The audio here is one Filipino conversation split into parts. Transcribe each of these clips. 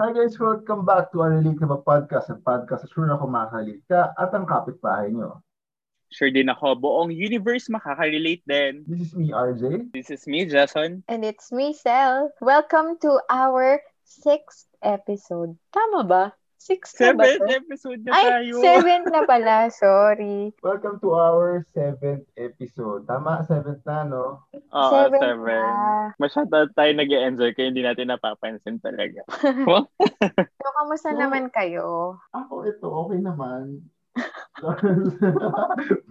Hi guys, welcome back to Unrelate na podcast ang podcast na sure na kumakalit ka at ang kapitbahay nyo. Sure din ako, buong universe makakarelate din. This is me, RJ. This is me, Jason. And it's me, Sel. Welcome to our sixth episode. Tama ba? Sixth na ba Seventh to? episode na Ay, tayo. seventh na pala. Sorry. Welcome to our seventh episode. Tama, seventh na, no? Oo, seven seven. na. Masyado tayo nag enjoy kaya hindi natin napapansin talaga. So, kamusta So- naman kayo? Ako ito, okay naman.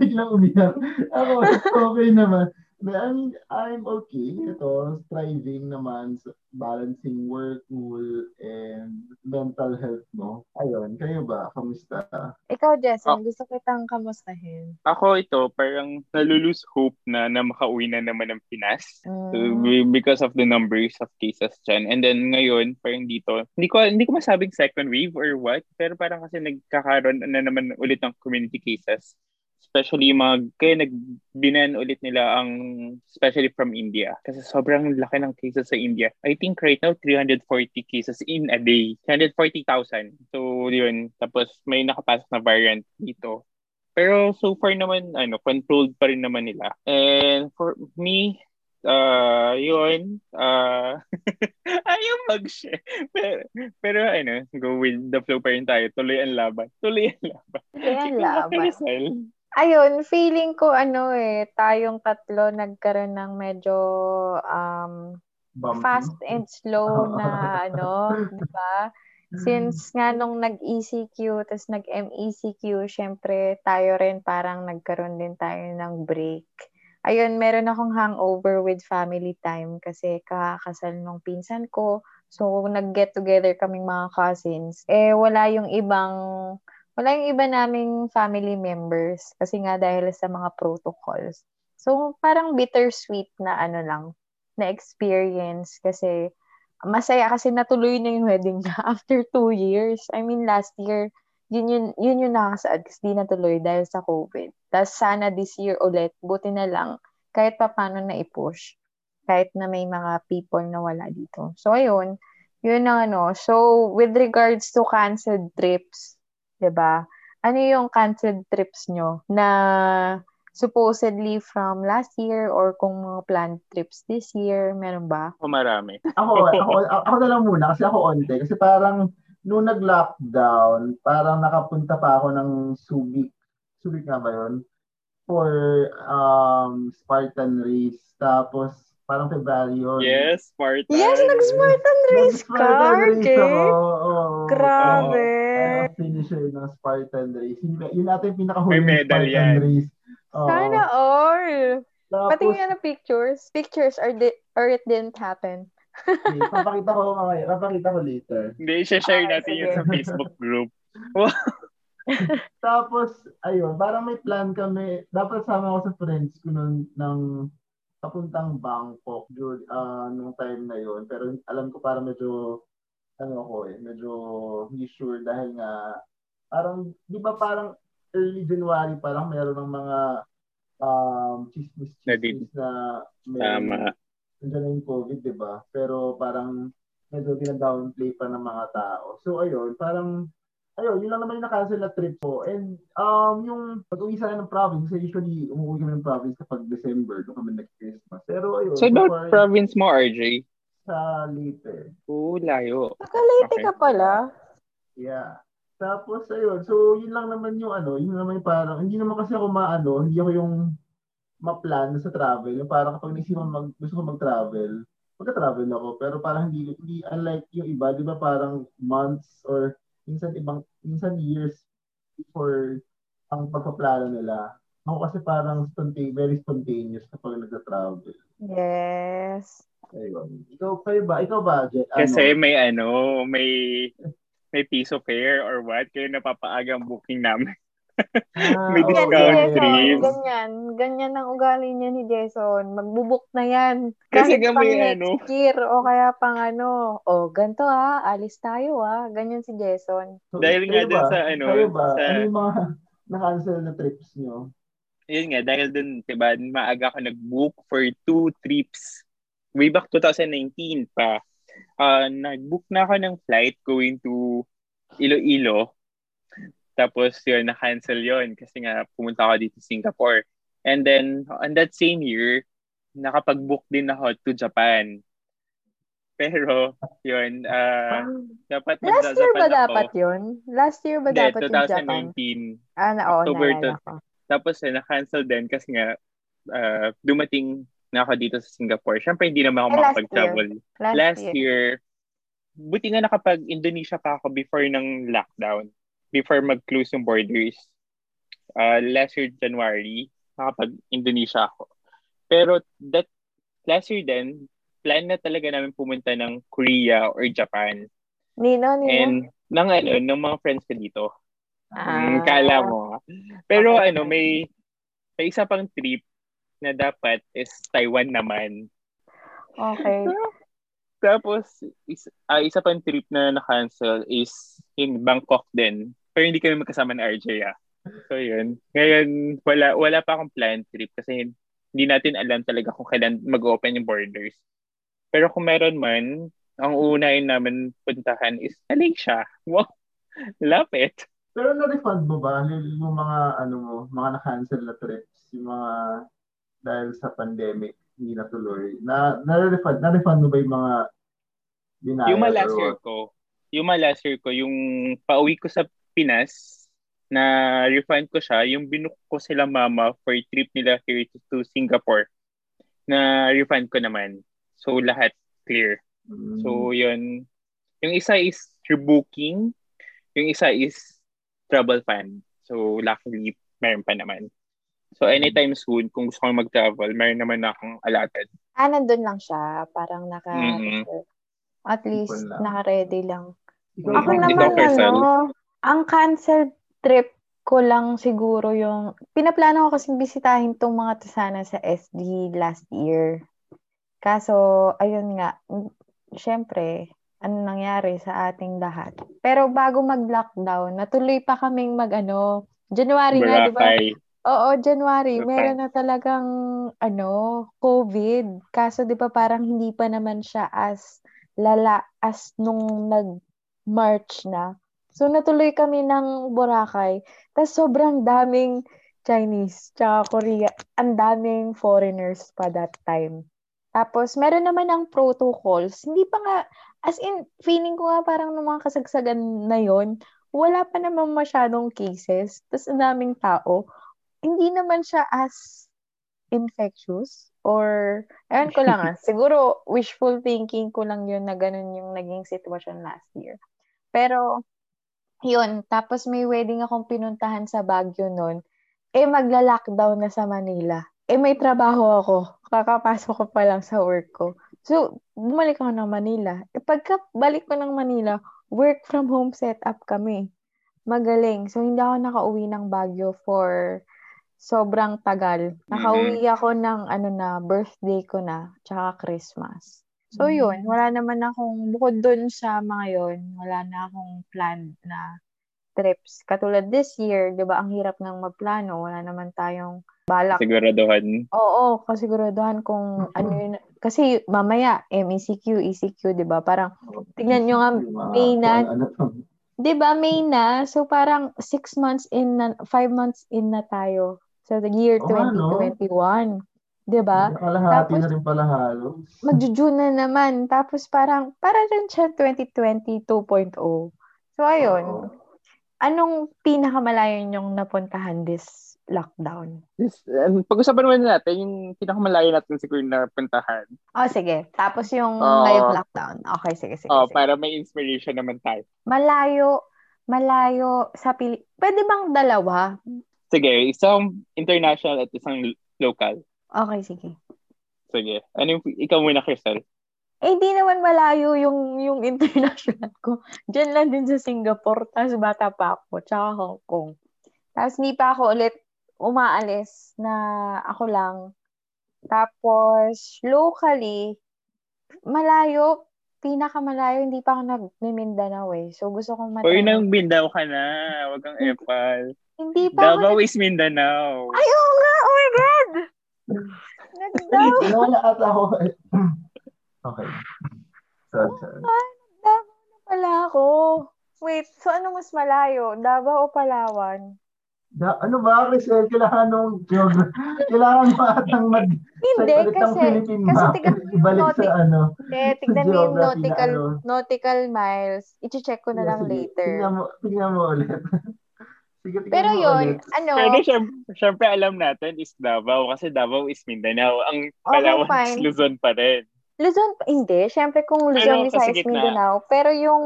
Biglang umiyak. Ako, ito, okay naman. But I mean, I'm okay. Ito, striving naman sa balancing work, school, and mental health mo. Ayun, kayo ba? Kamusta? Ikaw, Jason, gusto kitang kamustahin. Ako ito, parang nalulose hope na na makauwi na naman ng Pinas. So, Mm. be- because of the numbers of cases dyan. And then ngayon, parang dito, hindi ko, hindi ko masabing second wave or what, pero parang kasi nagkakaroon na naman ulit ng community cases. Especially yung mga, kaya nagbinan ulit nila ang, especially from India. Kasi sobrang laki ng cases sa India. I think right now, 340 cases in a day. 340,000. So, yun. Tapos may nakapasok na variant dito. Pero so far naman, ano, controlled pa rin naman nila. And for me, Ah, yun. Ah, ayaw mag-share. Pero, pero ano, go with the flow pa rin tayo. Tuloy ang laban. Tuloy ang laban. Tuloy ang Ikaw, laban. Rizal. Ayun, feeling ko ano eh, tayong tatlo nagkaroon ng medyo um, Bumpy? fast and slow na ano, di ba? Since nga nung nag-ECQ, tapos nag-MECQ, E syempre tayo rin parang nagkaroon din tayo ng break. Ayun, meron akong hangover with family time kasi kakasal nung pinsan ko. So, nag-get together kaming mga cousins. Eh, wala yung ibang, wala yung iba naming family members kasi nga dahil sa mga protocols. So, parang bittersweet na ano lang, na experience kasi masaya kasi natuloy na yung wedding na after two years. I mean, last year, yun yun, yun yung nakasaad kasi di natuloy dahil sa COVID. Tapos sana this year ulit, buti na lang, kahit pa paano na i-push. Kahit na may mga people na wala dito. So, ayun. Yun ang ano. So, with regards to canceled trips, 'di ba Ano yung canceled trips nyo na supposedly from last year or kung mga planned trips this year, meron ba? O marami. ako, ako, ako na lang muna kasi ako onte. Kasi parang nung nag-lockdown, parang nakapunta pa ako ng Subic. Subic nga ba yun? For um, Spartan race. Tapos parang February yun. Yes, Spartan. Yes, nag-Spartan race ka, Nag-Spartan race RJ. ako, oo. Grabe. Parang finisher ng Spartan race. Yun, yun ata yung May pinakahuling medal Spartan yan. race. Oo. Sana all. Tapos, Pati nga na pictures. Pictures are di- or it didn't happen. eh, papakita ko mamaya. Papakita ko later. Hindi, share Ah, natin yun sige. sa Facebook group. Tapos, ayun, parang may plan kami. Dapat sama ko sa friends ko nun ng papuntang Bangkok during, ah, nung time na yun. Pero alam ko parang medyo, ano ako eh, medyo hindi sure dahil nga, parang, di ba parang early January, parang meron ng mga um, chismis-chismis na may, Tama. nandiyan na yung COVID, di ba? Pero parang medyo dinadownplay pa ng mga tao. So, ayun, parang, ayun, yun lang naman yung na-cancel na trip ko. And um, yung pag-uwi sana ng province, kasi usually umuwi kami ng province kapag December, doon kami nag-Christmas. Pero ayun, So, far, about province mo, RJ? sa Leyte. Oo, layo. Nakalate Okay. ka pala. Yeah. Tapos, ayun, so yun lang naman yung ano, yun lang naman yung parang, hindi naman kasi ako maano, hindi ako yung maplan sa travel. Yung parang kapag naisipan mag, gusto ko mag-travel, magka-travel ako. Pero parang hindi, hindi unlike yung iba, di ba parang months or minsan ibang, minsan years before ang pagpaplano nila. Ako kasi parang spontaneous, very spontaneous kapag nagka-travel. Yes. Ayun. Ikaw, kayo ba? Ikaw ba, Jet? Ano? Kasi may ano, may may piso fare or what, kaya napapaaga ang booking namin. Ah, oo, may Discount Yan, yes, Jason. trips. Ganyan. Ganyan ang ugali niya ni Jason. Magbubuk na yan. Kasi Kahit gamay, pang next ano. year o kaya pang ano. O, ganito ha. Alis tayo ha. Ganyan si Jason. So, Dahil kayo nga dun ba? sa ano, Kayo ba? sa- Ano yung mga na-cancel na trips nyo? Yun nga, dahil dun, diba, maaga ako nag-book for two trips. Way back 2019 pa. uh, nag-book na ako ng flight going to Iloilo. Tapos yun, na-cancel yun kasi nga pumunta ako dito Singapore. And then, on that same year, nakapag-book din ako to Japan. Pero, yun, uh, dapat Last year magda-Japan ba ako. dapat yun? Last year ba Hindi, dapat yung Japan? 2019. Ah, na, oo, October naalala ko. Tapos eh, na-cancel din kasi nga uh, dumating na ako dito sa Singapore. Siyempre, hindi naman ako Eh, last makapag-travel. Last, Last year. year, buti nga nakapag-Indonesia pa ako before ng lockdown. Before mag-close yung borders. Uh, last year, January, nakapag-Indonesia ako. Pero that last year din, plan na talaga namin pumunta ng Korea or Japan. Nino, Nino. And ng, ano, ng mga friends ko dito. Ah. Mm, kala mo. ah. Pero Okay. ano, may, may isa pang trip na dapat is Taiwan naman. Okay. Tapos, is, ah, isa pang trip na na-cancel is in Bangkok din. Pero hindi kami magkasama ng RJ ah. So yun. Ngayon, wala, wala pa akong planned trip kasi hindi natin alam talaga kung kailan mag-open yung borders. Pero kung meron man, ang uunahin namin puntahan is Malaysia. Wow! Lapit! Pero na-refund mo ba yung mga ano mo, mga na-cancel na trips, yung mga dahil sa pandemic, hindi natuloy. Na na-refund, na-refund mo ba yung mga denial? Yung mga or last year what? ko, yung mga last year ko, yung pauwi ko sa Pinas, na refund ko siya, yung binook ko sila mama for trip nila here to, to Singapore, na refund ko naman. So, lahat clear. Mm. So, yun. Yung isa is rebooking, yung isa is travel fund. So, luckily, meron pa naman. So, anytime soon, kung gusto kong mag-travel, meron naman akong allotted. Ah, nandun lang siya. Parang naka... Mhm. At least, Ipon lang. naka-ready lang. Ikaw, Ako ikaw, naman, okay, Sel? ano, ang canceled trip ko lang siguro yung... Pinaplano ko kasing bisitahin tong mga tasana sa SD last year. Kaso, ayun nga, mm, syempre, ano nangyari sa ating lahat. Pero bago mag-lockdown, natuloy pa kaming mag-ano, January nga, di ba? Boracay. Oo, January. Okay. Meron na talagang, ano, COVID. Kaso, di ba, parang hindi pa naman siya as lala as nung nag-March na. So, natuloy kami ng Boracay. Tapos, sobrang daming Chinese, tsaka Korea. Ang daming foreigners pa that time. Tapos, meron naman ang protocols. Hindi pa nga, as in, feeling ko nga parang nung mga kasagsagan na yon wala pa naman masyadong cases. Tapos, ang daming tao hindi naman siya as infectious or ayun ko lang ah. Siguro wishful thinking ko lang yun na ganun yung naging sitwasyon last year. Pero yun, tapos may wedding akong pinuntahan sa Baguio noon. Eh magla-lockdown na sa Manila. Eh may trabaho ako. Kakapasok ko pa lang sa work ko. So, bumalik ako ng Manila. Eh pagka balik ko ng Manila, work from home setup kami. Magaling. So, hindi ako nakauwi ng Baguio for sobrang tagal. Nakauwi ako ng ano na, birthday ko na, tsaka Christmas. So Mm. yun, wala naman akong, bukod dun sa mga yun, wala na akong planned na trips. Katulad this year, di ba, ang hirap ng maplano, wala naman tayong balak Siguraduhan. Oo, kasiguraduhan kung ano yun. Kasi mamaya, E MECQ, ECQ, di ba? Parang, tingnan nyo nga, yung mga- May na- ano to? di ba, May na. So, parang six months in na, five months in na tayo. So, the year Oo nga, no? Mm. 2021. Di ba? Kalahati Tapos- na rin pala halos. magju-June na naman. Tapos parang, para rin siya 2020 2.0. oh. So, Oo. ayun. Anong pinakamalayo yung napuntahan this lockdown? Yes, and eh, pag-usapan naman natin yung pinakamalayo natin siguro na puntahan. Oh, sige. Tapos yung Oo. live lockdown. Okay, sige, sige. Oh, sige. para may inspiration naman tayo. Malayo, malayo sa Pili... Pwede bang dalawa? Sige, isang international at isang lo- local. Okay, sige. Sige. Ano yung, ikaw muna, Crystal? Eh, di naman malayo yung, yung international ko. Diyan lang din sa Singapore, tapos bata pa ako, tsaka Hong Kong. Tapos hindi pa ako ulit umaalis na ako lang. Tapos, locally, malayo, pinakamalayo, hindi pa ako nag-Mindanao eh. So, gusto kong Or matry. yun ang Mindanao ka na. Huwag kang epal. Hindi pa ako. Davao is Mindanao. ano? Ay, oo nga! Oh my God! Nagdaw! Wala ata ako. eh. okay. Saan, saan? Davao na pala ako. Wait, so ano mas malayo? Davao o Palawan? Da, ano ba, Crisel? Kailangan nung geogra- Kailangan mo atang mag Hindi, ulit ng kasi, Philippine kasi map. tignan mo yung Ibalik sa nautical- ano. eh, sa tignan mo yung geography na nautical, ano. nautical miles. I-check ko na Yeah, lang sige. later. Tingnan mo, tingnan mo ulit. sige, tingnan Pero mo yun, ulit. ano, Pero syempre, syempre alam natin is Davao kasi Davao is Mindanao. Ang Palawan is fine. Luzon pa rin. Luzon, hindi. Syempre kung Ano, Luzon, Visayas, kasi gitna. Mindanao. Pero yung,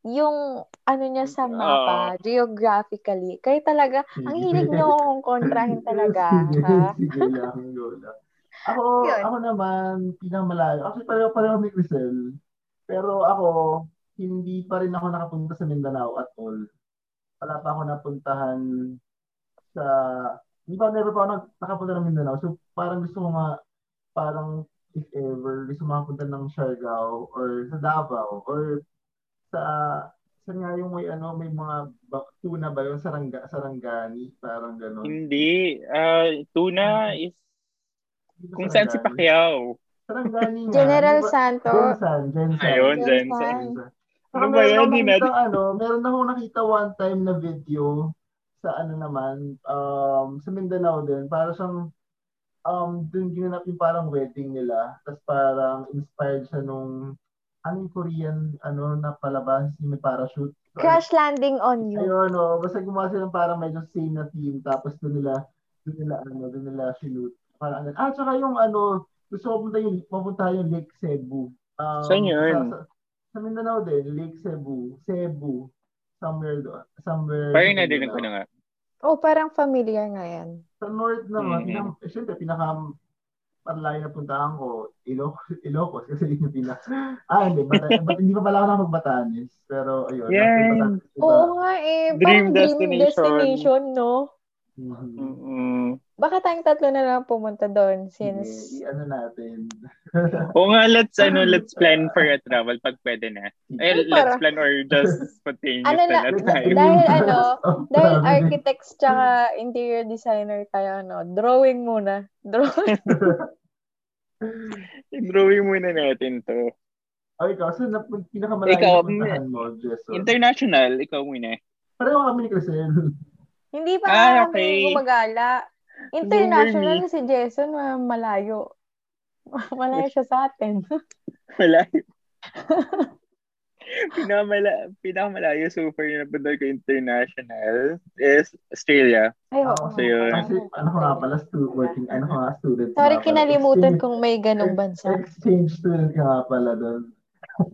yung ano niya sa mapa, geographically, kayo talaga, ang Sige. hilig niyo akong kontrahin talaga. Sige, ha? sige lang, Lola. Ako, Yun. ako naman, pinakamalayo. Actually, pareho-pareho ni Crisel. Pero ako, hindi pa rin ako nakapunta sa Mindanao at all. Wala pa ako napuntahan sa... Hindi pa, never pa ako nag- nakapunta ng Mindanao. So, parang gusto ko nga, parang if ever, gusto makapunta ng Siargao or sa Davao or sa sa nga yung may ano may mga ba- tuna ba yun sarangga sarangani parang gano'n. Hindi. ah tuna is kung saan si Pacquiao. Sarangani nga. Diba? General Di ba- Santo, Jensan, Jensan. Ayun, Yun, Jensen. fine. Jensan. Ano Saka ba meron yun? akong Di nakita, natin- ano, meron akong nakita one time na video sa ano naman, um, sa Mindanao din. Para siyang, um, dun ginanap yung parang wedding nila. Tapos parang inspired siya nung, ano yung Korean, ano, na palabas, yung may parachute. crash landing on you. Ayun, no. Basta gumawa sila ng parang medyo same na team. Tapos doon nila, doon nila, ano, doon nila shoot. Parang, ano. Ah, tsaka yung, ano, gusto ko punta yung, mapunta yung Lake Cebu. Um, Saan yun? Sa, sa, sa Mindanao din, Lake Cebu. Cebu. Somewhere doon. Somewhere. Parang sa nadinig ko Mindanao. na nga. Oh, parang familiar nga yan. Sa north naman, Mhm. mm siyempre, pinaka malayo na puntahan ko, Ilocos, Ilocos kasi yun yung pina... Ah, hindi, Bata- ba't hindi pa pala ako nakapag-Batanes. Pero, ayun. Yan. after Batanes, diba? Oo nga eh. Dream parang dream destination. destination, no? Mhm. Mm-mm. Baka tayong tatlo na lang pumunta doon since Sige, ano natin. Oo nga, let's, ano, let's plan for a travel pag pwede na. Eh, Ah. Ay, let's para- plan or just spontaneous Ano na- na lang tayo. Dahil ano, Oh, Dahil grabe. architects tsaka Hmm. interior designer tayo, no? Drawing muna. Drawing. Drawing muna natin to. Oh, ikaw, saan na pinakamalaki Ikaw, mm. na puntahan mo, Jessor? International, ikaw muna. oh. Pareho kami ni eh. Crisel. Hindi pa Ah, nga okay. kami gumagala. International Lower si Jason, ma- malayo. Malayo siya sa atin. Wala. pinakamala, pinakamalayo super yung napunta ko international is Australia. Ay, oo. Oh, so yun. Kasi ano ko nga pala, stu- working, ano ko nga, student. Sorry, nga pala. kinalimutan Exchange- kung may ganong bansa. Exchange student ka nga pala doon.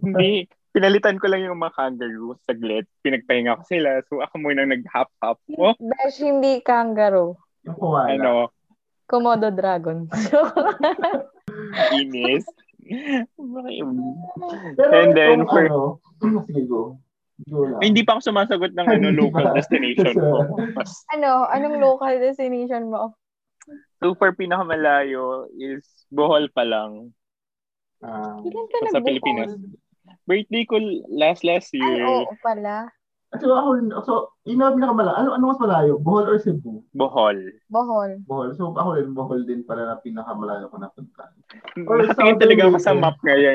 Hindi, pinalitan ko lang yung mga kangaroo saglit. Pinagpahinga ko sila. So ako muna ang nag-hop-hop. Oh, Besh, hindi kangaroo. Yung koala. ano, Komodo dragon. inis. Okay. Pero And then itong for- ano, sige, go. Go lang. Ay, hindi pa ako sumasagot ng ano, local destination ko. Mas ano? Anong local destination mo? super pinakamalayo is Bohol pa lang. Ah. Kailan ka Sa nagbukol? Pilipinas. Birthday ko last last Ano Ay, year. oo pala. so, ako, so, yun ang pinakamalayo. Ano, ano mas malayo? Bohol or Cebu? Bohol. Bohol. Bohol. So, ako rin, Bohol din pala na pinakamalayo ko napuntahan. Or Nakatingin talaga ako sa Southern map ngayon.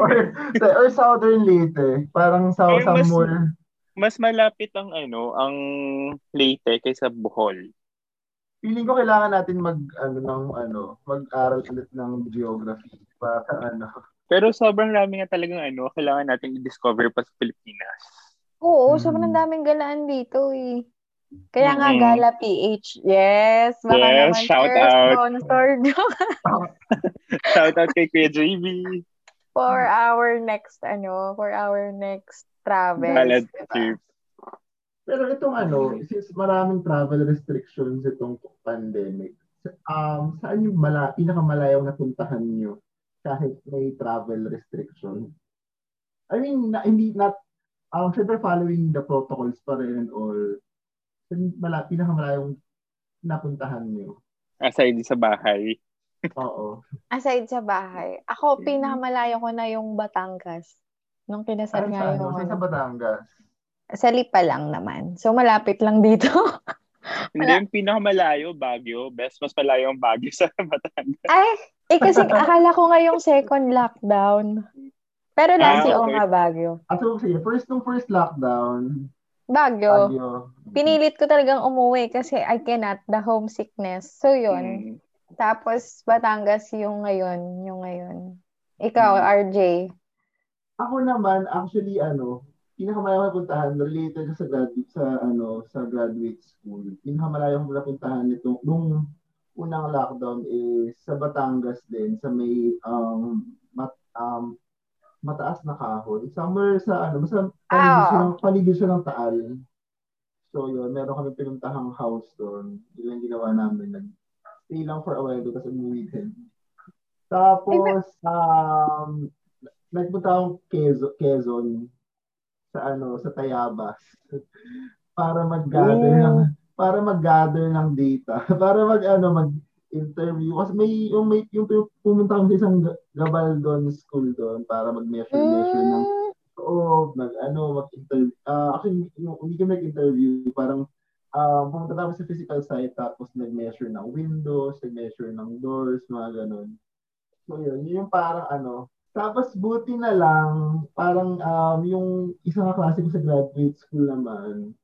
or, or southern Leyte. Parang sa Ay, mas- somewhere. Mas malapit ang ano, ang Leyte kaysa Bohol. Feeling ko kailangan natin mag ano ng ano, mag-aral ulit ng geography para ano. Pero sobrang dami nga talagang ano, kailangan nating i-discover pa sa Pilipinas. Oo, Mm. sobrang daming galaan dito eh. Kaya Mm. nga Gala PH. Yes, baka Yes, naman shout first out. sponsor Shout out kay Kuya JB. for Mm. our next ano, for our next travel. Valid diba? trip. Pero itong ano, since maraming travel restrictions itong pandemic, um, saan yung mala, pinakamalayong napuntahan nyo kahit may travel restriction? I mean, na, hindi not, um, syempre following the protocols pa rin and all, saan yung mala, pinakamalayong napuntahan nyo? Aside sa bahay. Oo. Aside sa bahay. Ako, pinakamalayo ko na yung Batangas. Nung Saan, kinasal nga saan, yung saan sa ano. Batangas? Sa Lipa lang naman. So, malapit lang dito. Hindi, yung pinakamalayo, Baguio. Best, mas malayo ang Baguio sa Batangas. Ay, eh kasi akala ko nga yung second lockdown. Pero Ah, last oo okay. nga Baguio. At so, sige, first nung first lockdown, Ah, Baguio. Baguio. Pinilit ko talagang umuwi kasi I cannot, the homesickness. So Mm. yun. Tapos Batangas yung ngayon, yung ngayon. Ikaw, Mm. RJ. Ako naman, actually, ano, pinakamalaya ko puntahan, related sa graduate, sa, ano, sa graduate school. Pinakamalaya ko napuntahan nitong, nung unang lockdown is sa Batangas din, sa may, um, mat, um, mataas na kahoy. Somewhere sa, ano, basta paligid, Ah, siya oo. ng, paligid siya ng taal. So, yun, meron kami pinuntahang house doon. Yun ang ginawa namin. Nag-stay lang for a while doon, tapos umuwi din. Tapos, um, nagpunta akong Quezon, Quezon sa ano, sa Tayabas para mag-gather Yeah. ng para mag-gather ng data, para mag ano mag interview kasi may yung may yung pu- pumunta kami sa isang ga- Gabaldon school doon para mag-measure measure ng Mm. Oo, nag ano, mag-interview. Ah, actually, yung, hindi kami nag-interview. Parang, ah pumunta kami sa physical site tapos nag-measure ng windows, nag-measure ng doors, mga ganun. So, yun, yun yung parang ano. Tapos, buti na lang, parang um, yung isang kaklase ko sa graduate school naman,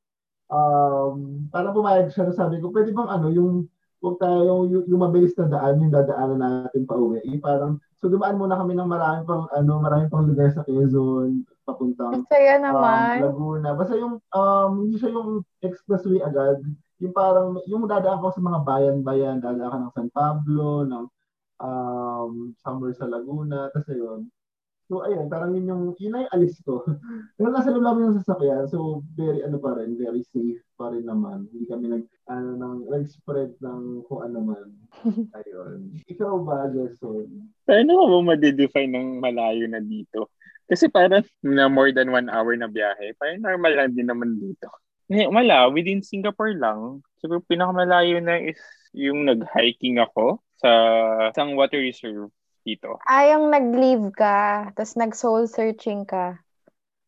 um, parang pumayag siya na sabi ko, pwede bang ano, yung huwag tayo yung, yung mabilis na daan, yung dadaanan natin pa uwi. Yung parang, so dumaan muna kami ng marami pang, ano, marami pang lugar sa Quezon, papuntang Ang saya um, Mm, naman. Laguna. Basta yung, um, hindi siya yung expressway agad. Yung parang, yung dadaan ko sa mga bayan-bayan, dadaan ka ng San Pablo, ng um, somewhere sa Laguna, tapos yun. So, ayun, parang yun yung, yun na yung alis ko. Pero nasa loob namin yung sasakyan, so very, ano pa rin, very safe pa rin naman. Hindi kami nag, ano, nang, nag-spread ng kung ano man. Ayun. Ikaw ba, Jason? Paano ka ba madedefine ng malayo na dito? Kasi parang na more than one hour na biyahe, parang normal lang din naman dito. Eh, Wala, within Singapore lang. Siguro pinakamalayo na is yung nag-hiking ako sa isang water reserve dito. Ayong Ah, nag-leave ka, tapos nag-soul searching ka.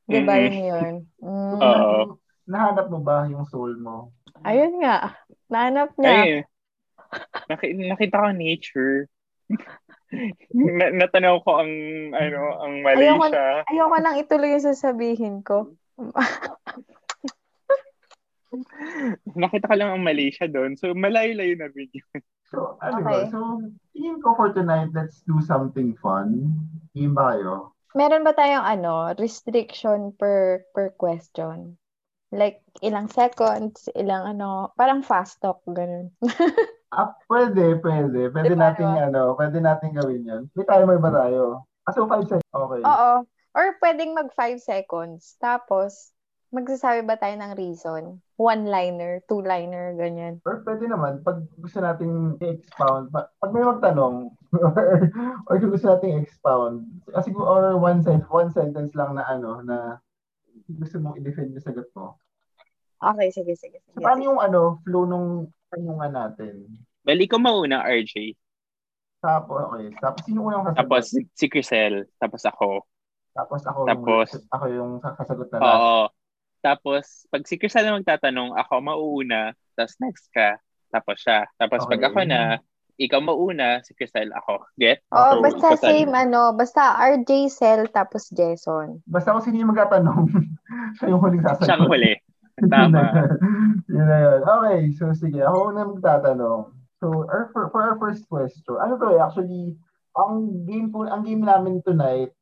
Di ba Mm-mm. yun yun? Mm. Oo. Nahanap mo ba yung soul mo? Ayun nga. Nahanap niya. Ay, naki- nakita ko nature. Na- natanaw ko ang ano ang Ayoko- Malaysia. Ayoko nang ituloy yung sasabihin ko. Nakita ko lang ang Malaysia doon. So malayo-layo na rin yun. So, ano ba? Okay. So, tingin ko for tonight, let's do something fun. Tingin ba kayo? Meron ba tayong ano, restriction per per question? Like, ilang seconds, ilang ano, parang fast talk, ganun. Ah, pwede, pwede. Pwede Di ba, nating no? ano, pwede nating gawin yun. May timer ba tayo? Ah, so five seconds. Okay. Oo. Or pwedeng mag 5 seconds. Tapos, magsasabi ba tayo ng reason? One-liner, two-liner, ganyan. Or pwede naman, pag gusto nating i-expound, pa- pag may magtanong, or, or kung gusto nating expound, ah, siguro, or one, sen- one sentence lang na ano, na gusto mong i-defend yung sagot mo. Okay, sige, sige. sige. So, paano yung ano, flow nung tanungan natin? Bali ko mauna, RJ. Tapos, okay. Tapos, sino unang sasagot? Tapos si Crisel. Tapos ako. Tapos ako Tapos- yung, ako yung kasagot na last. Oo. Tapos, pag si Crisel na magtatanong, ako mauuna, tapos next ka, tapos siya. Tapos pag Okay. ako na, ikaw mauuna, si Crisel ako. Get? Oo, Okay, basta ikaw same ano, basta RJ Cell tapos Jason. Basta kung sino yung magtatanong, siya yung huling sasagot. Siyang huli. Yun na Tama. yun. Yun na yun. Okay, so sige, ako na magtatanong. So, our, for, for our first question, ano to eh, actually, ang game po, ang game namin tonight,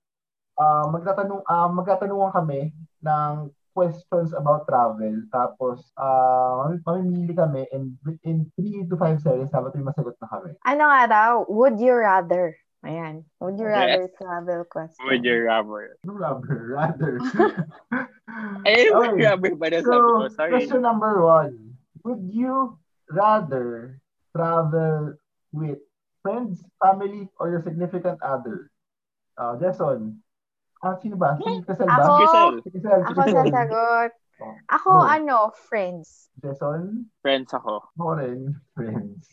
ah magtatanong, ah magtatanungan kami ng questions about travel. Tapos, ah mamimili kami and in 3 to 5 seconds, dapat may masagot na kami. Ano nga daw, would you rather? Ayan, would you Yes. rather travel question? Would you rubber? No rubber, Ano, rather. Eh, would Okay. you rubber pa na sabi ko. So, Sorry. question number one. Would you rather travel with friends, family, or your significant other? Uh, Jason. Ah, sino ba? Si Crisel Hmm, Ako, ba? Crisel, Si Crisel. si Ako Crisel. sasagot. Oh. Ako Hmm. Oh. ano, friends. Jason, friends ako. ako rin, friends.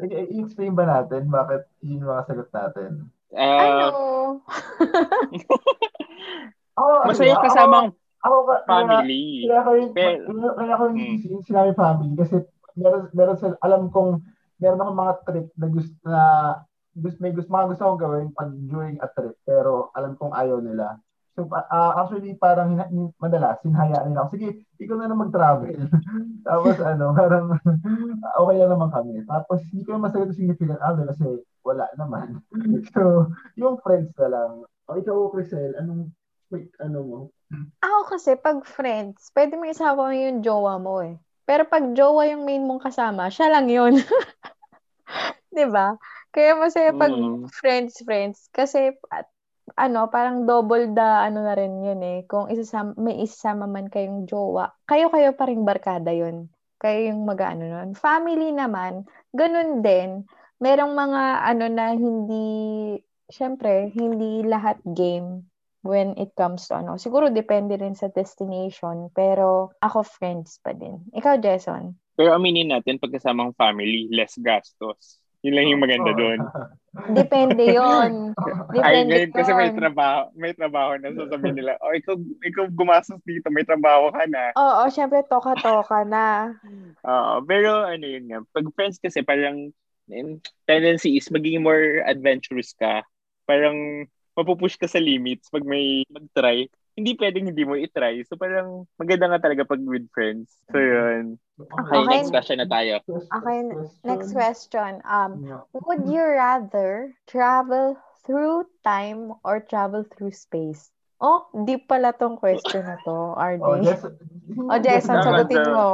Okay, i-explain ba natin bakit yun yung mga sagot natin? Uh, ano? Ako, ano masaya ba? kasama ang Ako, ako, ka- kaya- family. Kaya ko yung, Pero- kaya, kaya ko yung Hmm. sin- sinabi family kasi meron, meron sa, alam kong meron akong mga trip na gusto na gusto, may gusto, mga gusto akong gawin pag during a trip pero alam kong ayaw nila. So, pa- ah, actually, parang hina- hin- madalas, hinahayaan nila ako, sige, ikaw na lang mag-travel. Tapos, ano, parang ah, okay lang naman kami. Tapos, hindi ko naman sa'yo ito significant other kasi wala naman. so, yung friends na lang. O, ikaw, Crisel, anong, wait, ano mo? Ako kasi, pag friends, pwede mo isama mo yung jowa mo eh. Pero pag jowa yung main mong kasama, siya lang yun. 'Di ba? Kaya masaya pag Mm. friends, friends. Kasi, at- ano, parang double the, ano na rin yun eh. Kung isasama, may isasama man kayong jowa, kayo-kayo pa rin barkada yun. Kayo yung mag ano nun. Family naman, ganun din. Merong mga, ano na, hindi, syempre, hindi lahat game when it comes to ano. Siguro depende rin sa destination, pero ako friends pa din. Ikaw, Jason? Pero aminin natin, pagkasamang family, less gastos. Yun lang yung maganda Oo. doon. Depende yon Ay, Depende ngayon kasi may yun. trabaho, may trabaho na sasabihin nila, oh, ikaw, ikaw gumastos dito, may trabaho ka na. Oo, syempre, toka-toka na. Oo, pero ano yun nga, pag friends kasi parang mm, tendency is magiging more adventurous ka. Parang mapupush ka sa limits pag may mag-try. Hindi pwedeng hindi mo i-try. So parang maganda nga talaga pag with friends. So yun. Mm-hmm. Okay, Okay. next question na tayo. Okay, Next question. Um, Yeah. would Mm. you rather travel through time or travel through space? Oh, deep pala tong question na to, RJ. Oh, Oh, yes. Jason, Naman sagutin daw. mo.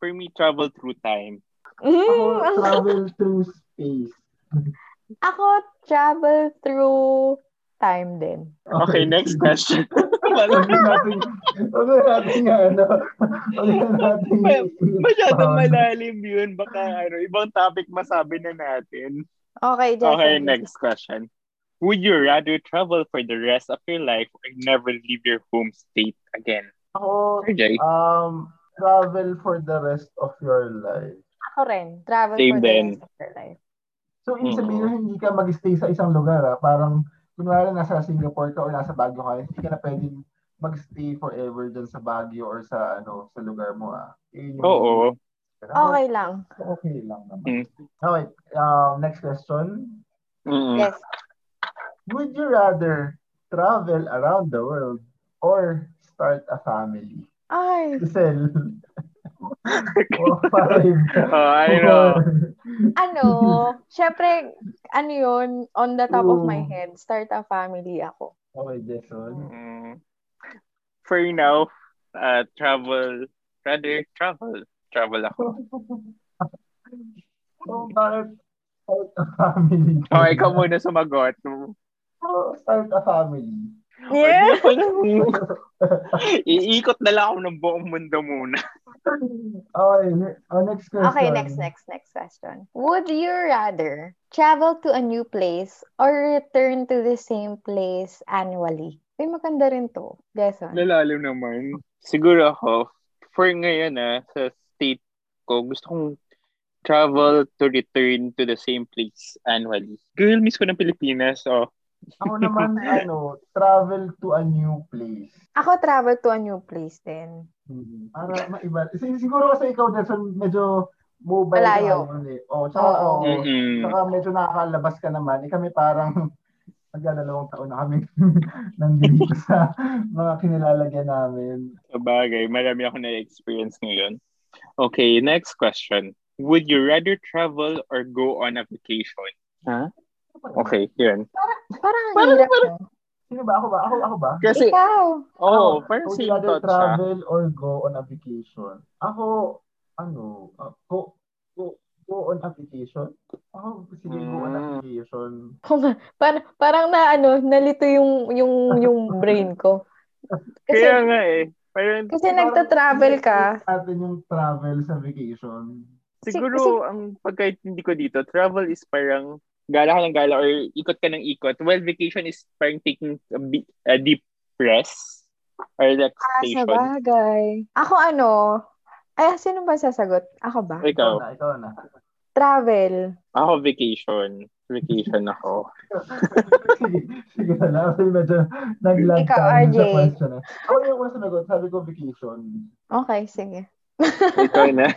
For me, travel through time. Ako, Mm, travel through space. ako, travel through time din. Okay, next question. Huwag na natin, huwag na natin nga, ano, huwag na um, natin. Masyadong ano. malalim yun. Baka ano, ibang topic masabi na natin. Okay, Jason. Okay, next question. Would you rather travel for the rest of your life or never leave your home state again? Ako, RJ, um, travel for the rest of your life. Ako rin. Travel Same for the din. rest of your life. So, ibig sabihin Mm. na hindi ka mag-stay sa isang lugar, ah. Parang, kunwari nasa Singapore ka o nasa Baguio ka, hindi ka na pwedeng mag-stay forever dyan sa Baguio or sa, ano, sa lugar mo, ah. Yun yung- oo. Okay lang. Okay lang naman. Mm. Okay, um, next question. Mm-mm. Yes. Would you rather travel around the world or start a family? Ay, Giselle. oh, five. Oh, I know. ano, syempre, ano yun, on the top of my Ooh. head, start a family ako. Okay, Jason. Mm. For now, uh, travel, rather travel. Travel ako. So, bakit start a family? Oh, ikaw muna sumagot. Oh, start a family. Yeah. Hindi, parang- Iikot na lang ako ng buong mundo muna. Okay, ne- oh, next question. Okay, next, next, next question. Would you rather travel to a new place or return to the same place annually? Uy, maganda rin to, Jason. Lalalim naman. Siguro ako, for ngayon ah, sa state ko, gusto kong travel to return to the same place annually. Girl, miss ko ng Pilipinas. Oh, Ako naman, ano, travel to a new place. Ako travel to a new place din. Mhm. Para maiba. Sig- Siguro kasi ikaw, Nelson, medyo mobile Malayo. ka ngayon eh. Oh, tsaka, Oo. oo. Mm-mm. tsaka medyo nakakalabas ka naman. Eh, kami parang magdadalawang taon na kami nandito sa mga kinilalagyan namin. Sabagay, marami ako na-experience ngayon. Okay, next question. Would you rather travel or go on a vacation? Huh? Okay, yun. Parang ang Parang- hirap. parang- no? Sino ba? Ako ba? Ako, ako ba? Kasi, Ikaw. oh, parang Would you same rather thought siya. travel or go on a vacation? Ako, ano, uh, go, go, go on a vacation? Ako, sige, go on a Mm. vacation. Parang, parang na ano, nalito yung yung yung brain ko. Kaya Kasi, nga eh. Parang kasi nagta-travel ka. Atin yung travel sa vacation. Siguro, sig- ang pagkaintindi ko dito, travel is parang gala ka ng gala or ikot ka ng ikot. Well, vacation is parang taking a, bi- a deep rest or Ah, sa relaxation. bagay. Ako ano, ay, sino ba sasagot? Ako ba? Ikaw Ikaw, na, ikaw na. Travel. ako vacation. Vacation ako. sige, sige na lang. Kasi medyo nag-lag Ikaw, tayo RJ. sa question. eh. Ako yung una sumagot. Sabi ko vacation. Okay, sige. Ikaw na.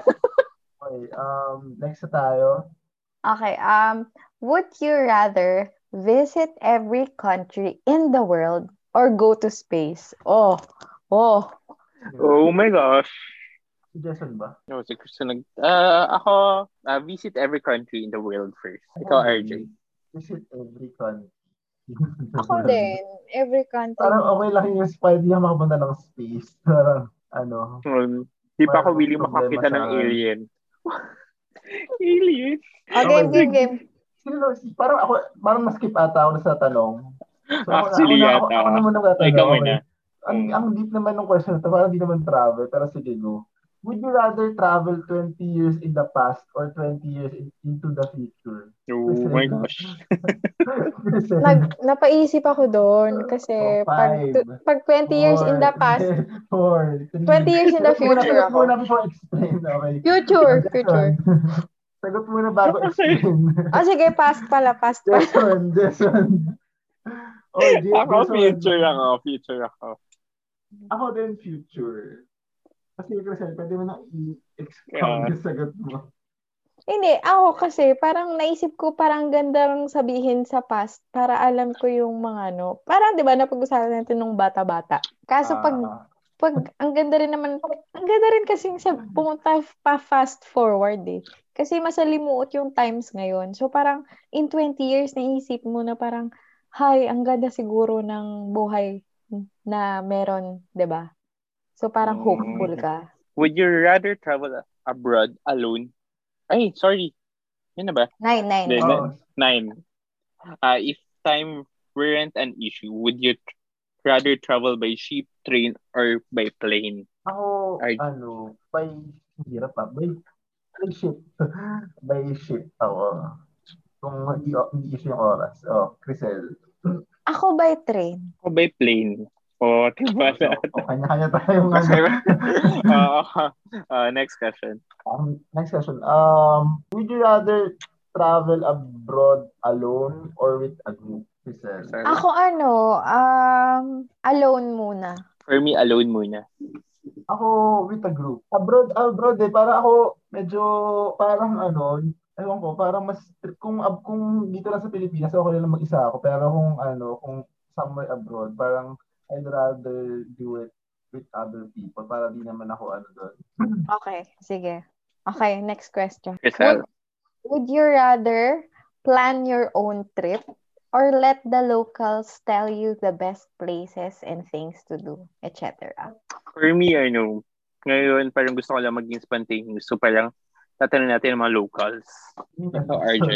Okay, um, next na tayo. Okay, um, would you rather visit every country in the world Or go to space. Oh, oh. Oh my gosh. Suggestion ba? No, si Chris nag... Uh, ako, uh, visit every country in the world first. Oh. Ikaw, RJ. Visit every country. Ako din. Every country. Parang okay lang yung spider niya makapunta ng space. Parang, ano, Um, di pa ako Parang willing problema makakita sa ng akin. alien. alien? Oh, game, game, game. sino, si- parang ako, parang na-skip ata ako sa tanong. So, ako na- Actually, ako, na- ako, yata. ako, naman ang tatanong. Ikaw Mm. Okay. na. Ang, ang deep naman ng question na to, parang di naman travel, pero sige, go. Would you rather travel 20 years in the past or 20 years in- into the future? Oh my gosh. Listen. Nag, napaisip ako doon kasi Oh, pag, five, tu- pag 20 years in the past, Four, three. 20 years in the future Sagot ako. muna before explain, okay? future, future. Sagot muna bago Sorry. explain. Ah, sige, past pala, past pala. Jason, Jason. Oh, Jason. Ako, future ako. Future ako. Ako din future. Kasi Crescent, pwede mo na i-expound Yeah. yung sagot mo. Hindi, ako kasi parang naisip ko parang gandang sabihin sa past para alam ko yung mga ano. Parang 'di ba napag-usapan natin nung bata-bata. Kaso pag Ah, pag ang ganda rin naman ang ganda rin kasi sa pumunta pa fast forward eh. Kasi masalimuot yung times ngayon. So parang in 20 years naisip mo na parang hay, ang ganda siguro ng buhay na meron, 'di ba? So Mm. parang hopeful ka. Would you rather travel abroad alone? Ay, sorry. Yun na ba? Nine, nine. Then, nine. oh, Nine. Uh, if time weren't an issue, would you tr- rather travel by ship, train, or by plane? ako, Ay. ano, by, hirap pa, by, by ship. by ship ako. Kung hindi, hindi issue yung oras. Oh, Crisel. Ako by train. O by plane? O, diba So, na? oh, kanya-kanya tayo. ng ano. uh, uh, next question. Um, next question. Um, would you rather travel abroad alone or with a group? Crisel. Sorry. Ako ano, um, alone muna. For me, alone muna. Ako with a group. Abroad, abroad eh. Para ako medyo parang ano, ewan ko, parang mas kung ab- kung dito lang sa Pilipinas okay lang mag-isa ako pero kung ano, kung somewhere abroad, parang I'd rather do it with other people para di naman ako ano doon. Okay, sige. Okay, next question. Crystal. Would you rather plan your own trip or let the locals tell you the best places and things to do, etc.? For me, ano, ngayon parang gusto ko lang maging spontaneous. So parang tatanong natin ng mga locals. Ikaw, RJ.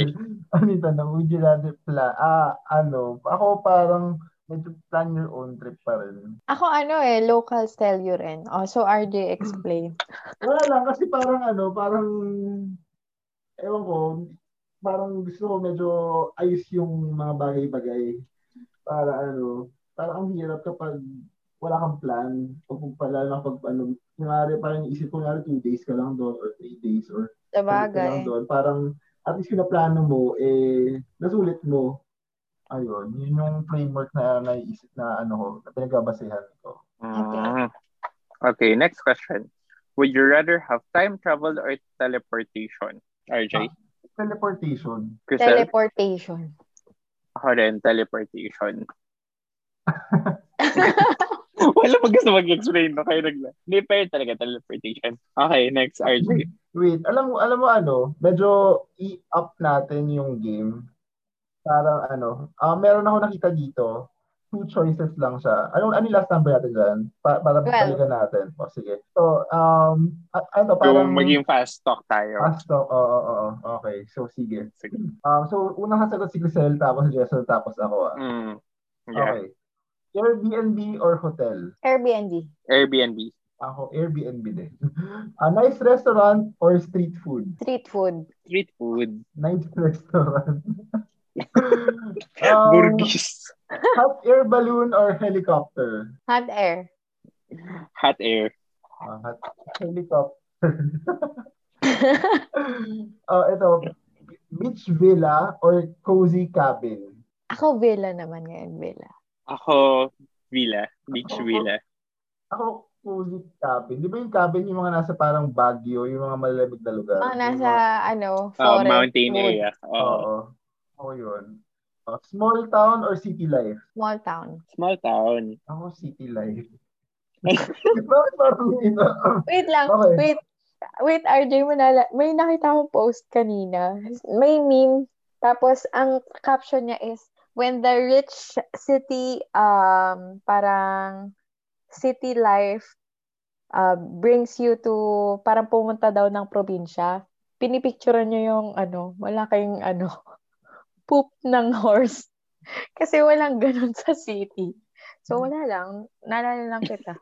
Ano yung tanong? Would you rather plan? Ah, ano, ako parang medyo plan your own trip pa rin. Ako ano eh, locals tell you rin. Oh, so RJ explain. Wala lang, kasi parang ano, parang, ewan ko, parang gusto ko medyo ayos yung mga bagay-bagay. Para ano, parang ang hirap kapag wala kang plan, o kung pala lang pag ano, kunyari parang isip ko, kunyari two days ka lang doon, or three days, or Balik ka lang Sabagay. doon. Parang, at least pinaplano mo, eh, nasulit mo. Ayun, yun yung framework na naisip na ano ko, na pinagbabasehan ko. Mm. Okay, next question. Would you rather have time travel or teleportation? RJ, Teleportation. Crystal, Teleportation. ako rin, teleportation. Wala pa gusto mag-explain no, kayo nagla. Hindi, pero talaga teleportation. Okay, next, RJ. Wait, alam mo, alam mo ano, medyo i-up natin yung game. Parang ano, ah meron ako nakita dito. Two choices lang siya. Ano, ano yung last number natin dyan? Pa- para Twelve. balikan natin. O, sige. So, um, a- ano, parang... Kung maging fast talk tayo. Ah, so, oo, oo, oo. Okay, so sige. Sige. Um, so, unang kasagot si Grisel, tapos Jessel, tapos ako. Ah. Mm. Yeah. Okay. Airbnb or hotel? Airbnb. Airbnb. Ako, Airbnb din. A nice restaurant or street food? Street food. Street food. Nice restaurant. um, Burgis. Hot air balloon or helicopter? Hot air. Hot air. Ah, hot helicopter. Ah, ito, beach villa or cozy cabin? Ako villa naman ngayon, villa. Ako, villa. Beach Ako- villa. Ako, cozy cabin. Di ba yung cabin yung mga nasa parang Baguio, yung mga malamig na lugar? Mga Yung nasa, mga- ano, Uh, forest. mountain Oh, woods. area. Oo. Oo. Ako yun. Oh, small town or city life? Small town. Small town. Ako, city life. Bakit parang ina? Wait lang. Okay. Wait. Wait, RJ, mo nala- may nakita akong post kanina. May meme. Tapos, ang caption niya is, when the rich city, um, parang city life uh, brings you to, parang pumunta daw ng probinsya, pinipicturean niyo yung, ano, wala kayong, ano, poop ng horse. Kasi walang ganun sa city. So, wala lang. Nalala lang kita.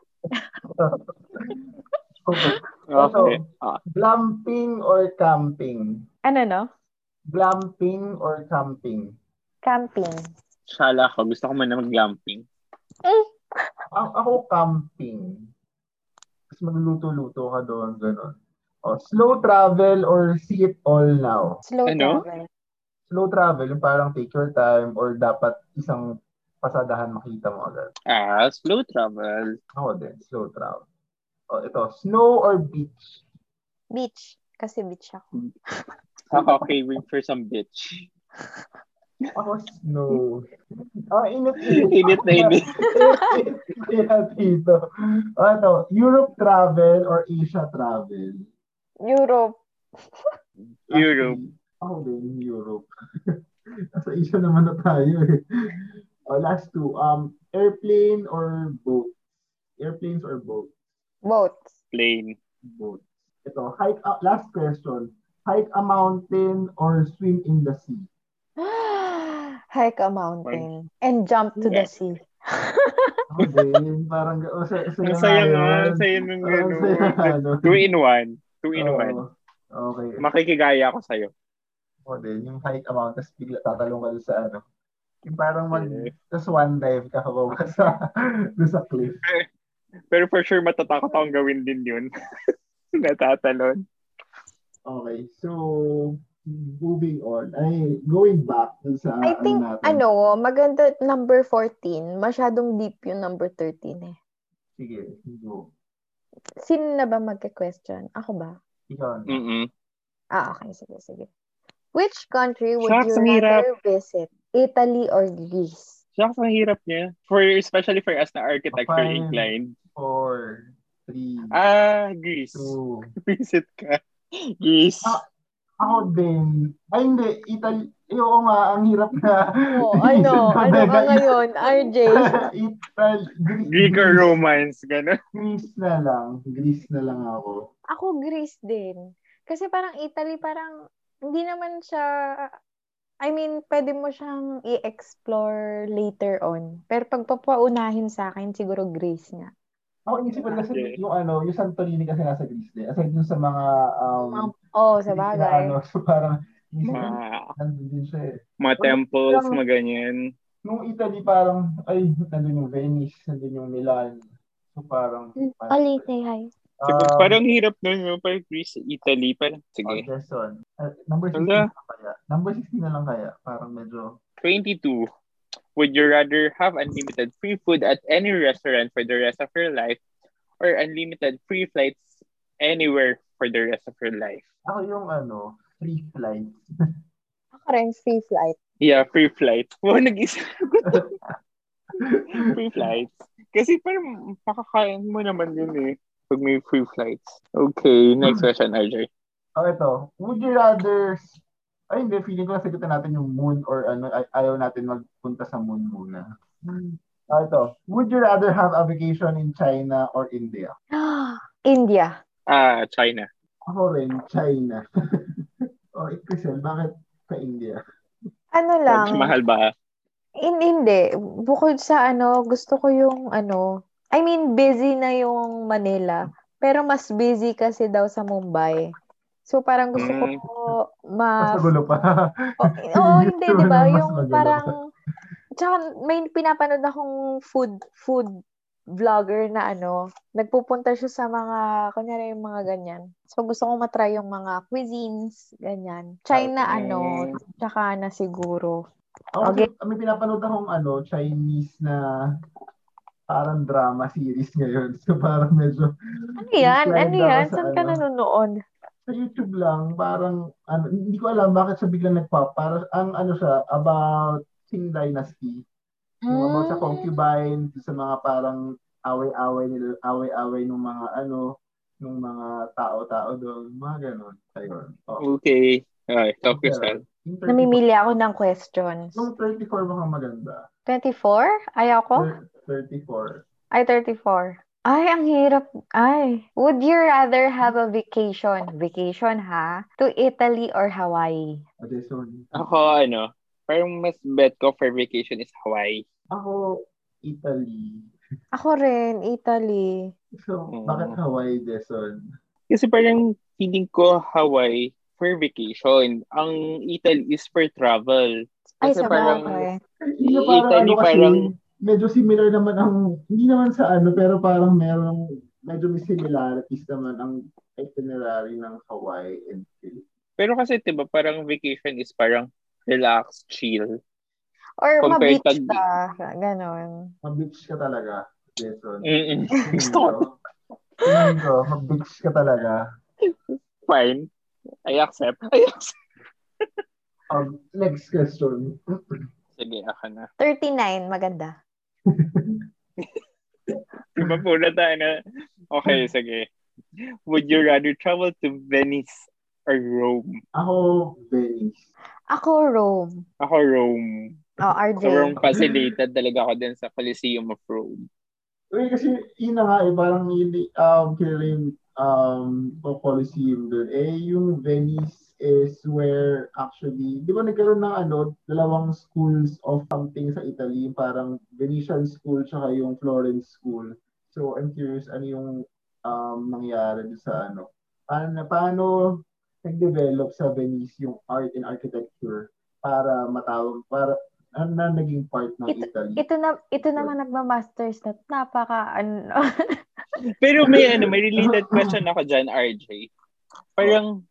Okay. Okay. Glamping or camping? Ano, no? Glamping or camping? Camping. Shala ako. Gusto ko muna mag-glamping. A- ako, camping. Tapos magluluto-luto ka doon, gano'n. Oh, slow travel or see it all now? Slow Ano? travel. Slow travel, yung parang take your time or dapat isang pasadahan makita mo agad. Ah, slow travel. Ako din, slow travel. Oh, ito, snow or beach? Beach. Kasi beach ako. Okay, wait for some bitch. Ako, snow. Oh, init-init. Init na init. Kaya dito. Oh, ito, Europe travel or Asia travel? Europe. Europe. Ako din, Europe. Nasa Asia naman na tayo eh. Oh, last two. Um, airplane or boat? Airplanes or boat? Boat. Plane. Boat. Ito, hike up. Last question. Hike a mountain or swim in the sea? Hike a mountain. And jump to the sea. Ako din, parang, oh, sa, saya Ang saya nga. yun. Ang saya nung Oh, ang saya gano'n. nga nun. Two in one. Two in Oo. one. Okay. Makikigaya ako sa'yo. Ako din, yung hike amount, tapos bigla tatalong ka doon sa ano. Yung parang mag, Eh. tapos one dive ka kababa sa, doon sa cliff. Pero for sure, matatakot akong gawin din yun. Natatalon. Okay, so, moving on. Ay, going back dun sa I think, ano natin. ano, maganda number 14. Masyadong deep yung number 13 eh. Sige, go. Sino na ba magka-question? Ako ba? Ikaw. na. Mm-mm. Ah, okay. Sige, sige. Which country would Shucks, you ang hirap. rather visit? Italy or Greece? Shucks, ang hirap niya. For, especially for us na architecture Fine. inclined. Four, three, Ah, Greece. two. Visit ka. Greece. Ah, Ako din. Ay, hindi. Italy. Eh, oo nga, ang hirap na. Oh, ano? ano ba ngayon? RJ? Italy. Greek or Romance, gano'n. Greece na lang. Greece na lang ako. Ako Greece din. Kasi parang Italy, parang hindi naman siya, I mean, pwede mo siyang i-explore later on. Pero pagpapaunahin sa akin, siguro Greece nga. Ako inisip ko kasi Okay. yung ano, yung Santorini kasi nasa Greece din. Aside dun sa mga um Mga- Oo, oh, sa Greek na Ano, bagay. so parang inisip ko Mga, nandun din siya eh. mga temples, mga ganyan. Nung Italy parang ay nandun yung Venice, nandun yung Milan. So parang Hmm, Ali, say hi. Siguro, um, parang hirap nun, no? Parang Greece, Italy, parang, oh, sige. Jason. Uh, number 16 Wala. na kaya. Number 16 na lang kaya. Parang medyo 22. Would you rather have unlimited free food at any restaurant for the rest of your life or unlimited free flights anywhere for the rest of your life? ako yung ano, free flight. Ako rin, free flight. Yeah, free flight. Wow, nag-isip ko to. free flights. Kasi parang makakain mo naman yun eh pag may free flights. Okay, next question, RJ. Oh, ito. Would you rather ay hindi, feeling ko nasagutan natin yung moon or ano, ay, ayaw natin magpunta sa moon muna. Oh, ito. Would you rather have a vacation in China or India? India. Ah, China. Ako rin, China. o, oh, Chriselle, bakit sa India? Ano Mas lang, mahal ba? In, hindi. Bukod sa ano, gusto ko yung ano, I mean, busy na yung Manila. Pero mas busy kasi daw sa Mumbai. So, parang gusto Mm. ko ma... Mas gulo pa. Oh, oo, hindi, di ba? Mas Yung maganda. parang... Tsaka may pinapanood akong food food vlogger na ano, nagpupunta siya sa mga, kunyari yung mga ganyan. So, gusto ko matry yung mga cuisines, ganyan. China, Okay. ano, tsaka na siguro. oh, okay. May pinapanood akong ano, Chinese na parang drama series ngayon. So parang medyo Ano yan? Inclined Ano ako yan? sa Saan ka ano. nanonood? sa YouTube lang, parang ano, hindi ko alam bakit siya biglang nagpa. Para, ang ano siya, about Qing Dynasty. Yung about Hmm. sa concubine, sa mga parang away-away nila, away-away ng mga ano, ng mga tao-tao doon, mga ganun. Ayun. Hmm. Oh. Okay. Alright, talk yourself. Yung 34 Namimili ako ng questions. Yung 34 baka maganda. 24? Ayaw ko? Thir- 34. Ay, 34. Ay, ang hirap. Ay. Would you rather have a vacation, vacation ha, to Italy or Hawaii? Ah, Adeson. Ako, ano, parang mas bet ko for vacation is Hawaii. Ako, Italy. Ako rin, Italy. So, Mm. bakit Hawaii, Deson? Kasi parang feeling ko Hawaii for vacation. Ang Italy is for travel. Ay, Kasi sa parang- bagay. Hindi na parang Italy ano kasi, parang- medyo similar naman ang, hindi naman sa ano, pero parang merong, medyo may similarities naman ang itinerary ng Hawaii and Philippines. Pero kasi 'di ba parang vacation is parang relax, chill. Or Compared mabitch pag- ka. Ganon. Mabitch ka talaga, Deson. Mm-mm. Eh, Gusto ko. Tingin ko, mabitch ka talaga. Fine. I accept. I accept. Um, next question. Sige, ako na. 39, maganda. Diba po na tayo na? Okay, sige. Would you rather travel to Venice or Rome? Ako, Venice. Ako, Rome. Ako, Rome. Oh, Sa Rome RJ. fascinated talaga ako din sa Coliseum of Rome. Uy, kasi yun na nga eh, parang yun, um, kilala yung um, o Coliseum doon. Eh, yung Venice is where actually, di ba nagkaroon ng ano, dalawang schools of something sa Italy, yung parang Venetian school tsaka yung Florence school. So, I'm curious, ano yung um, nangyari doon sa ano? Paano, paano nag-develop sa Venice yung art and architecture para matawag, para na, na naging part ng Italy? Ito na ito naman nagma-masters na napaka ano. Pero may ano, may related question ako dyan, RJ. Parang,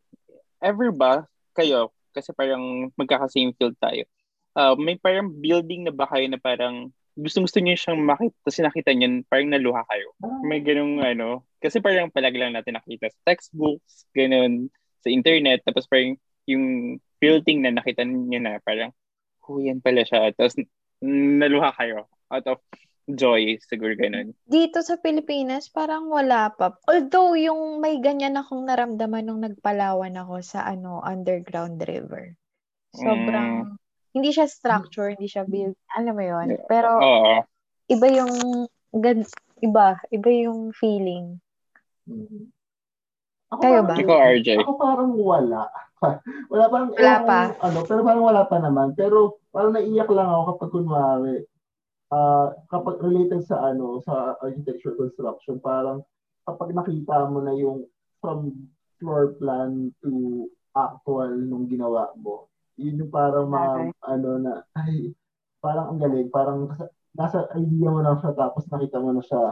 ever ba kayo, kasi parang magkaka-same field tayo, ah, may parang building na ba kayo na parang gusto-gusto niyo siyang makita, tapos nakita niyo, parang naluha kayo. May ganung ano, kasi parang palagi lang natin nakita sa textbooks, ganun, sa internet, tapos parang yung building na nakita niyo na, parang, oh, yan pala siya. Tapos naluha kayo out of joy, siguro ganun. Dito sa Pilipinas parang wala pa. Although yung may ganyan akong naramdaman nung nagpalawan ako sa ano underground river. Sobrang hindi siya structure, hindi siya build, alam mo 'yon. Pero Oo. iba yung gan- iba, iba yung feeling. Mhm. Ako Kayo parang- ba? Ikaw, RJ. Ako parang wala. wala parang Wala ewan pa. ko, Ano, pero parang wala pa naman. Pero parang naiyak lang ako kapag kunwari ah, kapag related sa ano sa architecture construction parang kapag nakita mo na yung from floor plan to actual nung ginawa mo yun yung parang mga ano na ay parang ang galing parang nasa- nasa idea mo na siya tapos nakita mo na siya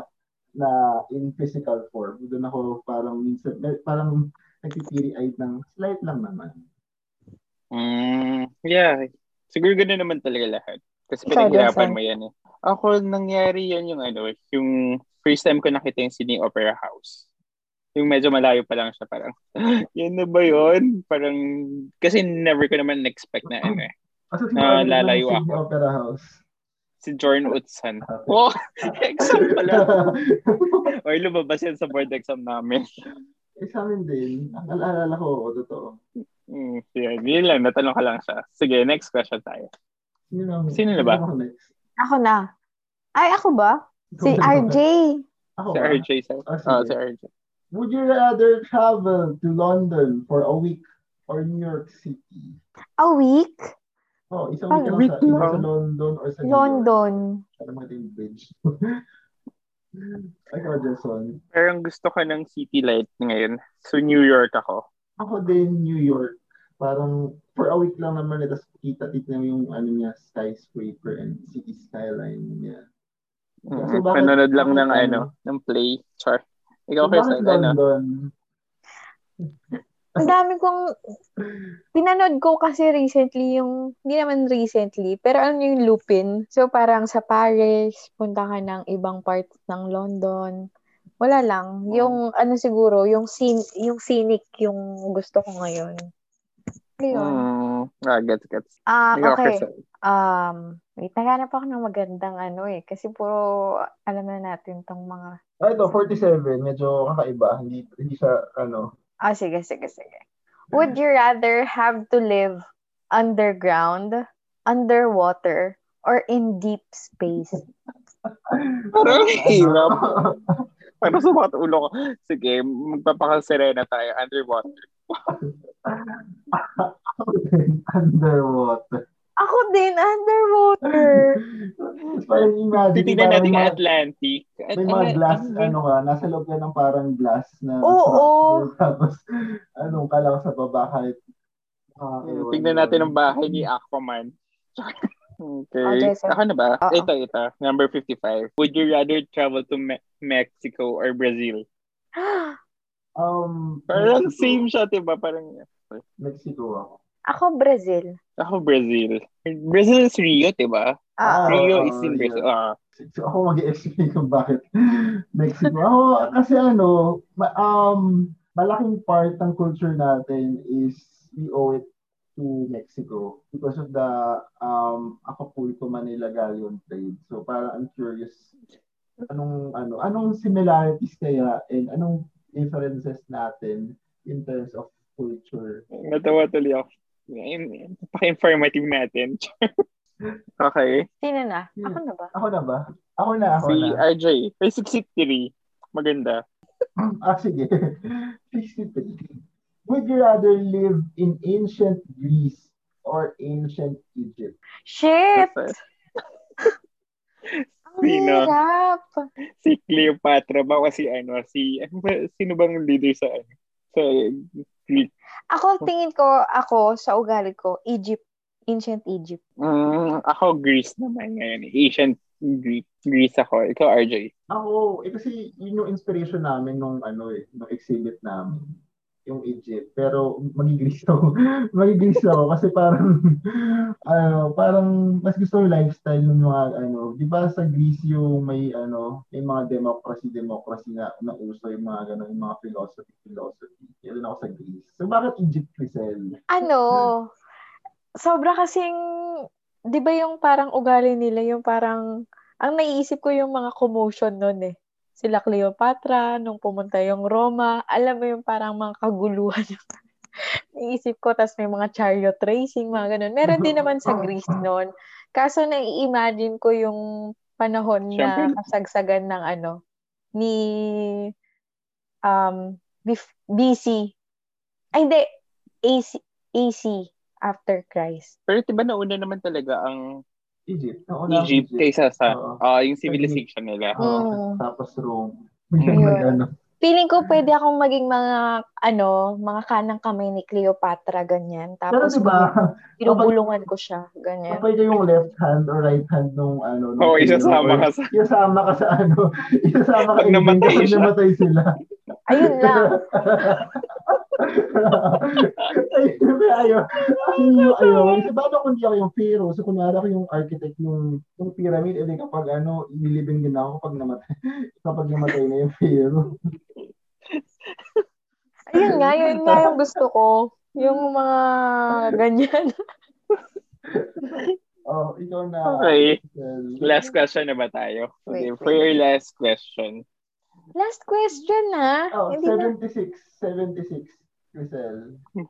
na in physical form doon ako parang minsan parang nagpipiri-eyed ng slight lang naman. Mm, yeah. Siguro ganun naman talaga lahat. Kasi Ikaw, pinaghirapan Jason. mo yan eh. Ako, nangyari yan yung ano, yung first time ko nakita yung Sydney Opera House. Yung medyo malayo pa lang siya, parang, yan na ba yun? Parang, kasi never ko naman expect na ano eh. Kasi Ah, ako. lalayo Sydney Opera House. Si Jorn Utzan. Oh, exam pala. Or lumabas yan sa board exam namin. eh, sa amin din. Ang alaalala ko, oo, totoo. Mm, yan, yun lang, natanong ka lang siya. Sige, next question tayo. Sino na, Sino na ba? ako next? Ako na. Ay, ako ba? Ikaw Si ba? RJ. Ako Si ba? RJ. Sa, Ah, sige. oh, si RJ. Would you rather travel to London for a week or New York City? A week? Oh, isang Ah, week, week lang sa, either lang. sa London or sa New York. London. Para makita yung bridge. Ikaw, Jason. Parang gusto ko ng city light ngayon. So, New York ako. Ako din, New York. Parang for a week lang naman eh, tapos kita tignan mo yung ano niya, skyscraper and city skyline niya. bakit- Mm, Panonood lang ng bakit ano, ng play. Char. Ikaw, So, bakit Kirsten, ano? London? Ang dami kong pinanood ko kasi recently yung hindi naman recently, pero ano yung Lupin. So parang sa Paris, punta ka ng ibang part ng London. Wala lang. Yung ano siguro, yung scene, yung scenic yung gusto ko ngayon. Ayun. Hmm. Mm, ah, gets, gets. Ah, Ikaw, ano? okay. Kirsten. Um, Wait, naghanap ako ng magandang ano eh. Kasi puro alam na natin tong mga... Ah, ito, 47. Medyo kakaiba. Hindi, hindi siya, ano. Ah, sige, sige, sige. Would you rather have to live underground, underwater, or in deep space? Parang hirap. Ano? Parang sumat ulo ko. Sige, magpapakaserena tayo underwater. Underwater. Ako din, underwater. Parang imagine, Titignan parang natin mga- Atlantic. At- may mga ang- glass, ang- ano ka, nasa loob ka ng parang glass na... Oo. Tapos, anong ka lang sa baba kahit... Ah, Hmm, ewan Tignan ko. natin ang bahay ni Aquaman. okay. Okay, sir. Ako na ba? Oh, Oo. Ito, ito. Number 55. Would you rather travel to Me- Mexico or Brazil? Um, Parang Mexico. same siya, diba? Parang Mexico ako. ako, Brazil. ako Brazil. Brazil is Rio, diba? Ah, Ah, oo, Rio is in Rio. Brazil. Ah. So, ako mag-explain kung bakit Mexico. Ako, kasi ano, ma- um, malaking part ng culture natin is we owe it to Mexico because of the um, Acapulco, Manila, Galleon trade. So, parang I'm curious, anong, ano, anong similarities kaya and anong differences natin in terms of culture. Natawa tuloy ako. Napaka-informative natin. okay. sino na? Ako na ba? Ako na ba? Ako na, ako Si na. RJ. May 663. Maganda. Ah, sige. 63. Would you rather live in ancient Greece or ancient Egypt? Shit! Kasi Ang Sino? hirap! si Cleopatra ba o si ano? Si, ano ba- sino bang leader sa ano? Sa Greek? Ako, tingin ko, ako, sa ugali ko, Egypt. Ancient Egypt. Mm, ako Greece naman ngayon. Ancient Greek. Greece ako. Ikaw RJ. Ako, eh kasi yun yung inspiration namin nung ano eh, nung exhibit namin, yung Egypt. Pero magigreece ako. magigreece ako kasi parang ano, parang mas gusto ko yung lifestyle ng mga ano, 'di ba sa Greece yung may ano, may mga democracy, democracy na nauso yung mga ganun, yung mga philosophy, philosophy. Yun ako sa Greece. So bakit Egypt, Crisel? Ano? Sobra kasing, di ba yung parang ugali nila, yung parang, ang naiisip ko yung mga commotion nun eh. Sila Cleopatra, nung pumunta yung Roma, alam mo yung parang mga kaguluhan. naiisip ko, tas may mga chariot racing, mga ganun. Meron din naman sa Greece nun. Kaso nai-imagine ko yung panahon Siyempre. na kasagsagan ng ano, ni um, bef- BC. Ay, hindi. AC, AC after Christ. Pero diba nauna naman talaga ang Egypt. Nauna ang Egypt kaysa sa Oo. ah, yung civilization nila. Oo, Mm. Tapos Rome. Ayun. Mag- ano. Feeling ko pwede akong maging mga, ano, mga kanang kamay ni Cleopatra, ganyan. Pero diba, Tapos, di ba, pinubulungan ko siya, ganyan. kapag yung left hand or right hand nung ano. nung Oo, isasama hero, ka sa... or- Isasama ka sa ano. Isasama ka in Pag game namatay kapag siya. namatay sila. Ayun lang. Ay, may ayaw. Ay, yung ayaw. Kasi paano kung di ako yung pharaoh? So, kunwari ako yung architect ng yung pyramid, eh, di kapag ano, ililibing din ako kapag namatay. Kapag namatay na yung pharaoh. Ayun nga, yun nga yung gusto ko. Yung mga ganyan. Oh, ikaw na. Okay. Well, Last question na ba tayo? Okay, Wait, for your last question. Last question, ha? Oh, Hindi na. 76. 76. Rizal.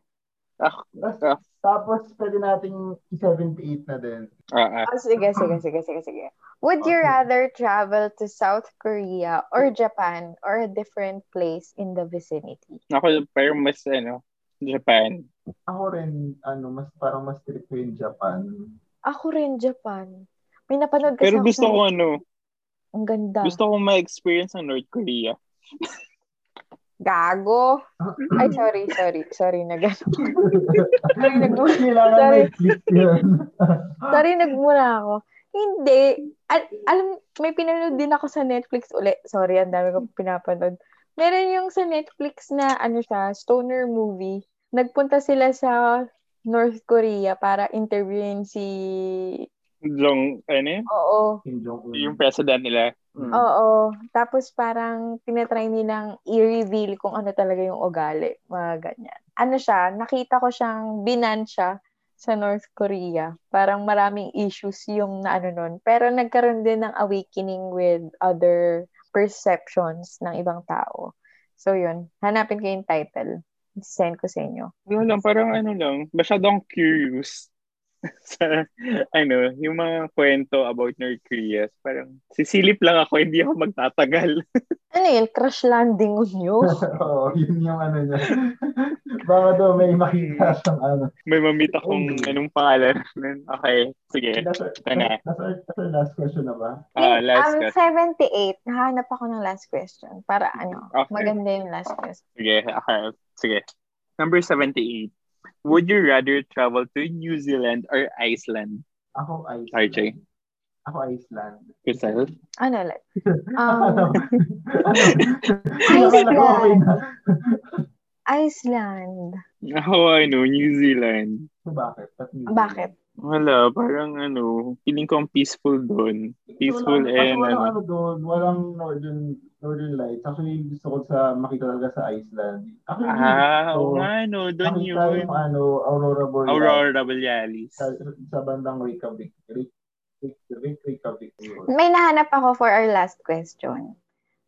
Ah, Last- ah. Tapos, pwede nating 78 na din. Ah, ah. Oh, sige, sige, sige, sige, sige. Would you Okay. rather travel to South Korea or Japan or a different place in the vicinity? Ako, pero mas, ano, Japan. Ako rin, ano, mas parang mas trip ko yung Japan. Ako rin, Japan. May napanood kasi Pero ako gusto sa- ko, ano, Ang ganda. gusto ko ma-experience ang North Korea. Gago. Ay, sorry, sorry. Sorry, nag... sorry, nagmula, Kailangan Sorry. may click yun. sorry, nagmula ako. Hindi. Al- alam, may pinanood din ako sa Netflix uli. Sorry, ang dami ko pinapanood. Meron yung sa Netflix na, ano siya, stoner movie. Nagpunta sila sa North Korea para interviewin si... Long, ano yun? Oo. Kim Jong-un. Yung president nila. Mm. Oh. Oo. Tapos parang tinatry nilang i-reveal kung ano talaga yung ugali. Mga ganyan. Ano siya, nakita ko siyang binan siya sa North Korea. Parang maraming issues yung na ano nun. Pero nagkaroon din ng awakening with other perceptions ng ibang tao. So yun, hanapin ko yung title. Send ko sa inyo. Ano lang, parang ano lang, masyadong curious sa, ano, yung mga kwento about North Korea. Parang sisilip lang ako, hindi ako magtatagal. Ano yun? Crash landing on you? Oo, yun yung ano niya. Baka daw may makita siyang ano. May mamit akong Mm. anong pangalan. Okay, sige. That's our, Ito na. that's our, that's our last question na ba? Ah, Wait, last um, question. 78. Nahanap ako ng last question. Para ano, Okay. maganda yung last question. Sige, okay. Sige. Number 78. Would you rather travel to New Zealand or Iceland? Ako Iceland. RJ. Ako Iceland. Yourself? Ano ulit? ano? Um, Ano? Akala ko okay na. Iceland. Ako, ano, Oh, New Zealand. So, bakit? Ba't New Zealand? Ah, Bakit? Wala, parang ano, feeling ko ang peaceful doon. Peaceful Kasi and walang ano. ano doon, walang northern northern lights. Actually, gusto ko sa makita talaga sa Iceland. Actually, Ah, oo. oo nga, no. Doon makita yun. yung ano, Aurora Borealis. Aurora Borealis. Sa, sa bandang Reykjavik. Reyk- Reyk- Reykjavik. yun. May nahanap ako for our last question.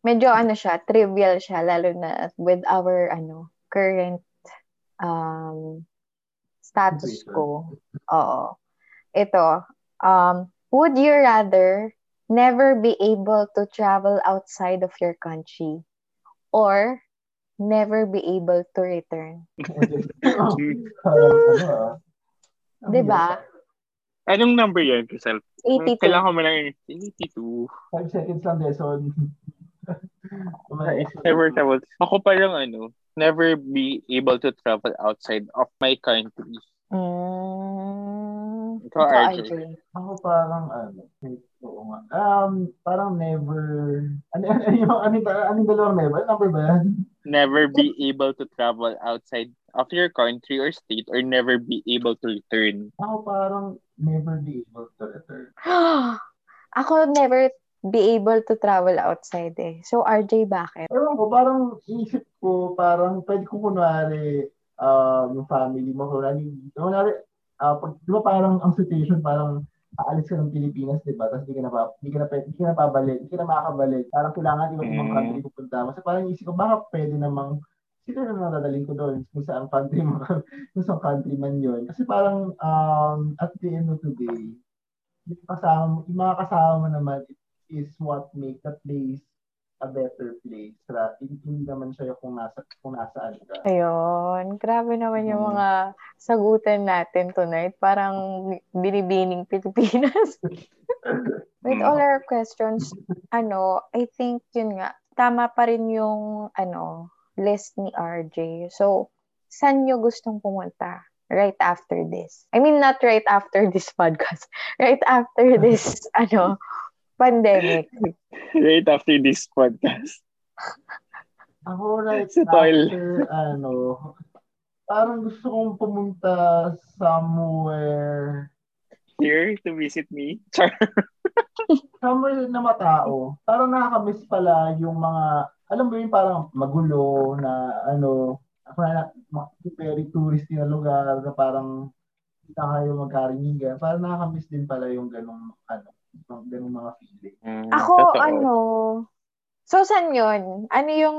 Medyo ano siya, trivial siya, lalo na with our ano current um, status Situation. quo. Oo. Ito, um, would you rather never be able to travel outside of your country or never be able to return? Parang ano ah. Ang Diba? hirap. Anong number yun, yourself? 82. Kailangan ko mo lang yung 82. Five seconds lang, Deson. Ay, Never travel. Ako parang ano, never be able to travel outside of my country. Mm, Ikaw, ikaw, RJ. Ako parang ano, oo nga. Um, parang never, ano, ano, yung- ano, yung- ano, yung dalawang never? Ano number ba yan? Never be able to travel outside of your country or state or never be able to return. Ako parang never be able to return. Ako never be able to travel outside eh. So, RJ, bakit? Ewan ko, parang isip ko, parang pwede ko kunwari, um, yung family mo, kunwari, kunwari, ah, pag, di ba parang ang situation, parang aalis ka ng Pilipinas, di ba? Tapos di ka na, pa, di ka na, pe- di ka na pabalik, di ka na makakabalik. Parang kailangan iba't ibang Mm. country pupunta mo. So parang isip ko, baka pwede namang, sino na lang dadalhin ko doon kung saan country mo, kung saan country man yun. Kasi parang, um, at the end of the day, yung, kasama, mo- yung mga kasama mo naman is what make that place a better place. Ra- Hindi naman siya yung kung nasa, kung nasaan ka. Ayun. Grabe naman yung Mm. mga sagutan natin tonight. Parang binibining Pilipinas. With Mm. all our questions, ano, I think yun nga, tama pa rin yung, ano, list ni RJ. So, saan nyo gustong pumunta right after this? I mean, not right after this podcast. Right after this, ano, pandemic. Right after this podcast. Ako right Sa toilet. after, ano, parang gusto kong pumunta somewhere, Here to visit me. Char. somewhere na matao. Parang nakakamiss pala yung mga, alam mo yun, parang magulo na, ano, parang ma- very touristy na lugar na parang hindi na kayo magkarinigan. Parang nakakamiss din pala yung ganong, ano, yung ganong mga feeling. Mm, Ako, ano, so saan yun? Ano yung,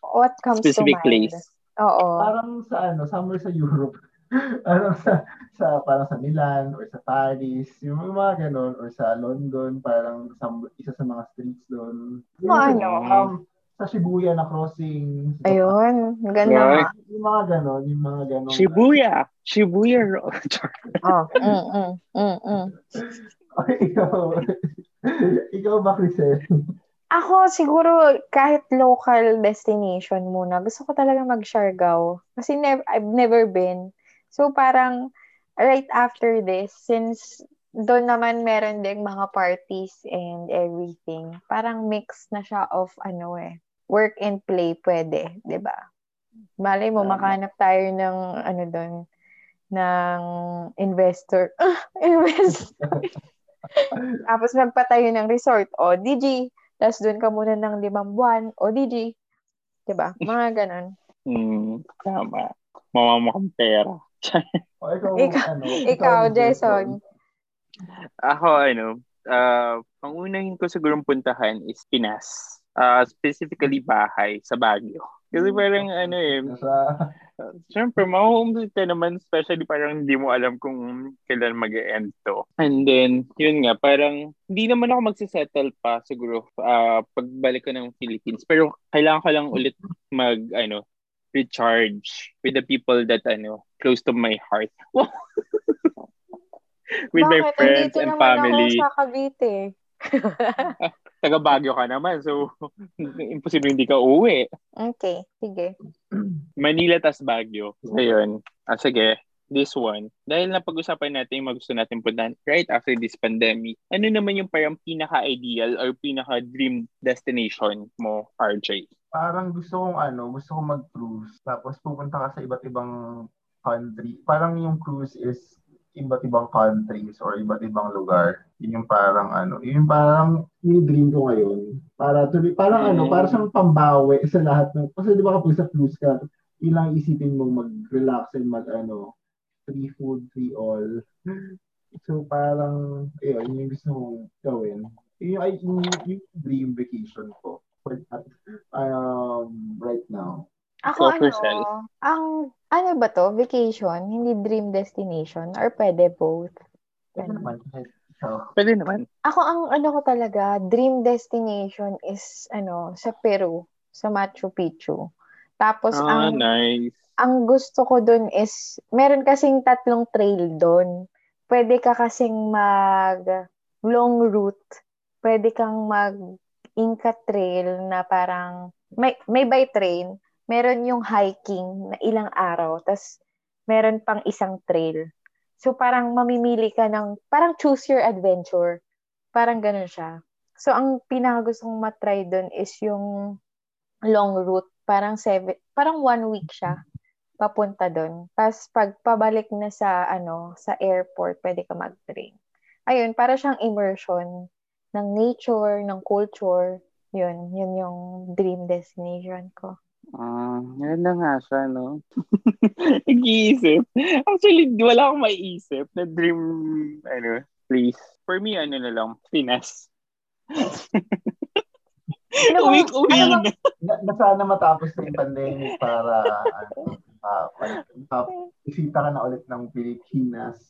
what comes Specific to mind? place. Oo. Parang sa ano, somewhere sa Europe. parang sa, sa parang sa Milan or sa Paris, yung mga ganun or sa London, parang sa, isa sa mga streets doon. Yung Mga sa- ano? Um, sa Shibuya na crossing. Ayun, ganda. Yeah. Yung, yung mga ganun, yung mga ganun. Shibuya. Shibuya Road. Char. Oh, mm, mm, mm, mm. Okay, ikaw. ikaw ba, Crisel? Ako siguro kahit local destination muna, gusto ko talaga mag-Siargao. Kasi nev- I've never been. So parang right after this, since doon naman meron ding mga parties and everything, parang mix na siya of ano eh, work and play pwede, 'di ba? Malay mo, Tama. makahanap tayo ng ano doon, ng investor. Ah, investor. Tapos magpatayo ng resort. O, DG. Tapos doon ka muna ng limang buwan. O, DG. Diba? Mga ganun. Mm, tama. Mamamakang pera. O, ikaw, Ikaw- ano, Ikaw, Jason. Ako, ano, ah, ang unahin ko sigurong puntahan is Pinas. Ah, specifically bahay sa Baguio. Mm. Kasi parang ano eh, Sa, Uh, Siyempre, mahuhumsit ka naman, especially parang hindi mo alam kung kailan mag end to. And then, yun nga, parang hindi naman ako magsisettle pa siguro ah, pagbalik ko ng Philippines. Pero kailangan ko lang ulit mag, ano, recharge with the people that, ano, close to my heart. with my Bakit? friends Andito and naman family. ako sa Cavite. Taga Baguio ka naman, so imposible hindi ka uuwi. Okay, sige. Manila tas Baguio. Ayun. Ah, sige. This one. Dahil napag-usapan natin yung mga gusto natin puntahan right after this pandemic, ano naman yung parang pinaka-ideal or pinaka-dream destination mo, RJ? parang gusto kong ano, gusto kong mag-cruise. Tapos pupunta ka sa iba't ibang country. Parang yung cruise is iba't ibang countries or iba't ibang lugar. Yun yung parang ano, yun yung parang yung dream ko ngayon. Para tuloy, parang ano, Mm. para siyang pambawi sa lahat ng, kasi di ba kapag sa cruise ka, ilang isipin mo mag-relax and mag ano, free food, free all. So parang, ayun, yun yung gusto kong gawin. Yun yung, ay- yung, yung dream vacation ko. For that um, right now. Ako Go ano, yourself. ang ano ba to? Vacation? Hindi dream destination? Or pwede both? Ito Ano? naman, kahit ikaw. Pwede naman. Ako ang ano ko talaga, dream destination is ano, sa Peru, sa Machu Picchu. Tapos Ah, ang nice. ang gusto ko dun is, meron kasing tatlong trail dun. Pwede ka kasing mag long route. Pwede kang mag Inca Trail na parang, may, may by train. Meron yung hiking na ilang araw. Tapos, meron pang isang trail. So, parang mamimili ka ng, parang choose your adventure. Parang ganun siya. So, ang pinaka gusto kong matry dun is yung long route. Parang seven, parang one week siya papunta doon. Tapos pag pabalik na sa ano, sa airport, pwede ka mag-train. Ayun, para siyang immersion ng nature, ng culture. Yun, yun yung dream destination ko. Ah, yan na nga siya, no? Nag-iisip. Actually, wala akong maiisip na dream, ano, place. For me, ano na lang, Pinas. Ano bang- Uwik-uwi ano na. bang- Na, na sana matapos na yung pandemic para ano, uh, isita ka na ulit ng Pilipinas.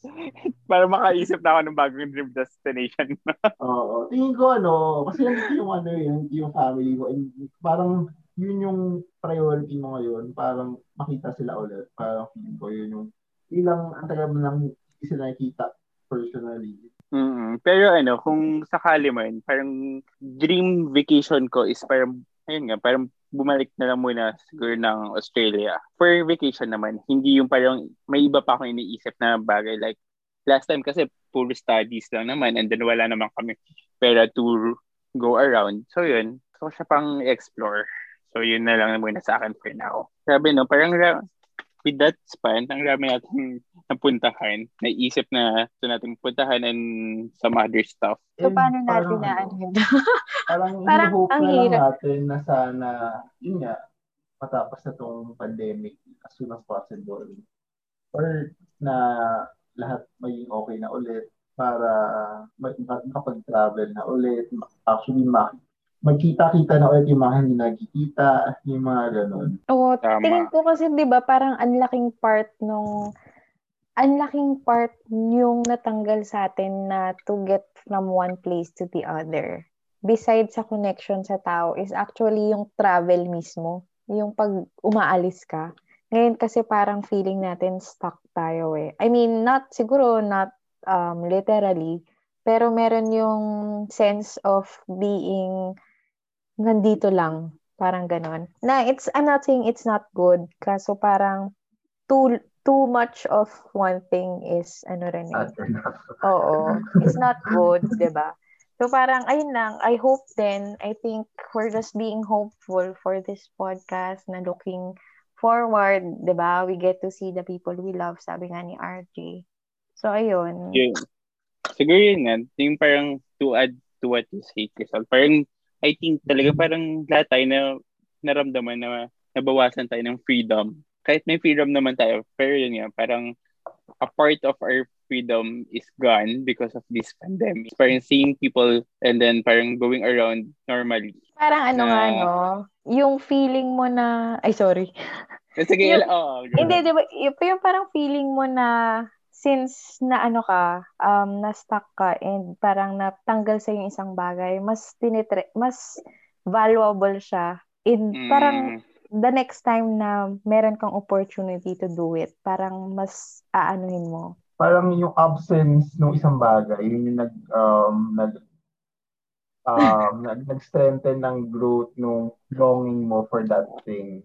Para makaisip na ako ng bagong dream destination. Oo. Tingin ko ano, kasi yun yung ano yun, yung family mo. And parang yun yung priority mo ngayon. Parang makita sila ulit. Parang feeling ko yun yung ilang ang tagal mo nang hindi sila nakikita personally. mm Pero ano, kung sakali man, parang dream vacation ko is parang, ayun nga, parang bumalik na lang muna siguro ng Australia. For vacation naman, hindi yung parang may iba pa akong iniisip na bagay. Like, last time kasi puro studies lang naman and then wala naman kami pera to go around. So yun, so siya pang explore. So yun na lang muna sa akin for now. Sabi no, parang ra- with that span, ang rami natin napuntahan, naisip na gusto nating puntahan and some other stuff. So, And paano natin parang na ano, ano yun? Parang, Parang hope ang na lang hirap. natin na sana, yun nga, matapos na tong pandemic as soon as possible. Or na lahat maging okay na ulit para ma- ma- makapag-travel na ulit. Ma- Actually, ma- magkita-kita na ulit yung mga hindi nagkikita, yung mga ganun. Oo, Tama. tingin ko kasi 'di ba parang ang laking part nung ang laking part yung natanggal sa atin na to get from one place to the other. Besides sa connection sa tao is actually yung travel mismo, yung pag umaalis ka. Ngayon kasi parang feeling natin stuck tayo eh. I mean, not siguro not um literally, pero meron yung sense of being nandito lang Parang ganon. Na it's, I'm not saying it's not good. Kaso parang too, too much of one thing is ano rin eh. At enough. Oo. It's not good, 'di ba? So parang, ayun lang, I hope then, I think we're just being hopeful for this podcast na looking forward, 'di ba? We get to see the people we love, sabi nga ni RJ. So, ayun. Yun. Siguro yun nga, yung parang to add to what you say, Crystal, parang I think talaga parang lahat tayo na naramdaman na nabawasan tayo ng freedom. Kahit may freedom naman tayo, pero yun nga, parang a part of our freedom is gone because of this pandemic. Parang seeing people and then parang going around normally. Parang ano nga, Ah. no? Yung feeling mo na, ay sorry. Eh, Sige, Yung- ila- oo, ganun. Hindi, di ba, yung, yung parang feeling mo na since na ano ka, um, na-stuck ka and parang natanggal sa yung isang bagay, mas tinitre, mas valuable siya in Mm, parang the next time na meron kang opportunity to do it, parang mas aanuhin mo. Parang yung absence ng isang bagay, yun yung nag, um, nag, um, nag, nag-strengthen ng growth ng longing mo for that thing.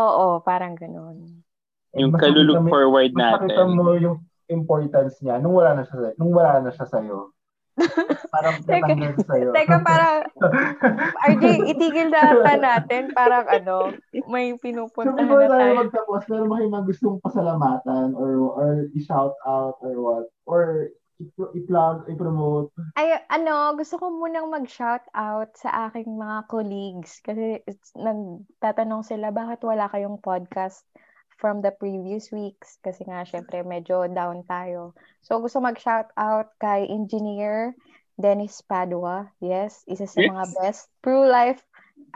Oo, parang ganun. Mm. yung Mas kalulug nakita mo- forward mas nakita natin. mo yung importance niya nung wala na siya sa- nung wala na siya sa'yo. Parang Teka. natanggal sa sa'yo. Teka, parang, RJ, itigil na ata natin. Parang ano, may So pinupuntahan before na tayo tayo. magtapos, meron ba kayong mga gustong pasalamatan or or i-shout out or what? Or i- i-plug, i-promote? Ay, ano, gusto ko munang mag-shout out sa aking mga colleagues kasi it's, nagtatanong sila bakit wala kayong podcast from the previous weeks kasi nga syempre medyo down tayo. So gusto mag-shout out kay Engineer Dennis Padua. Yes, isa sa mga Yes. best pro life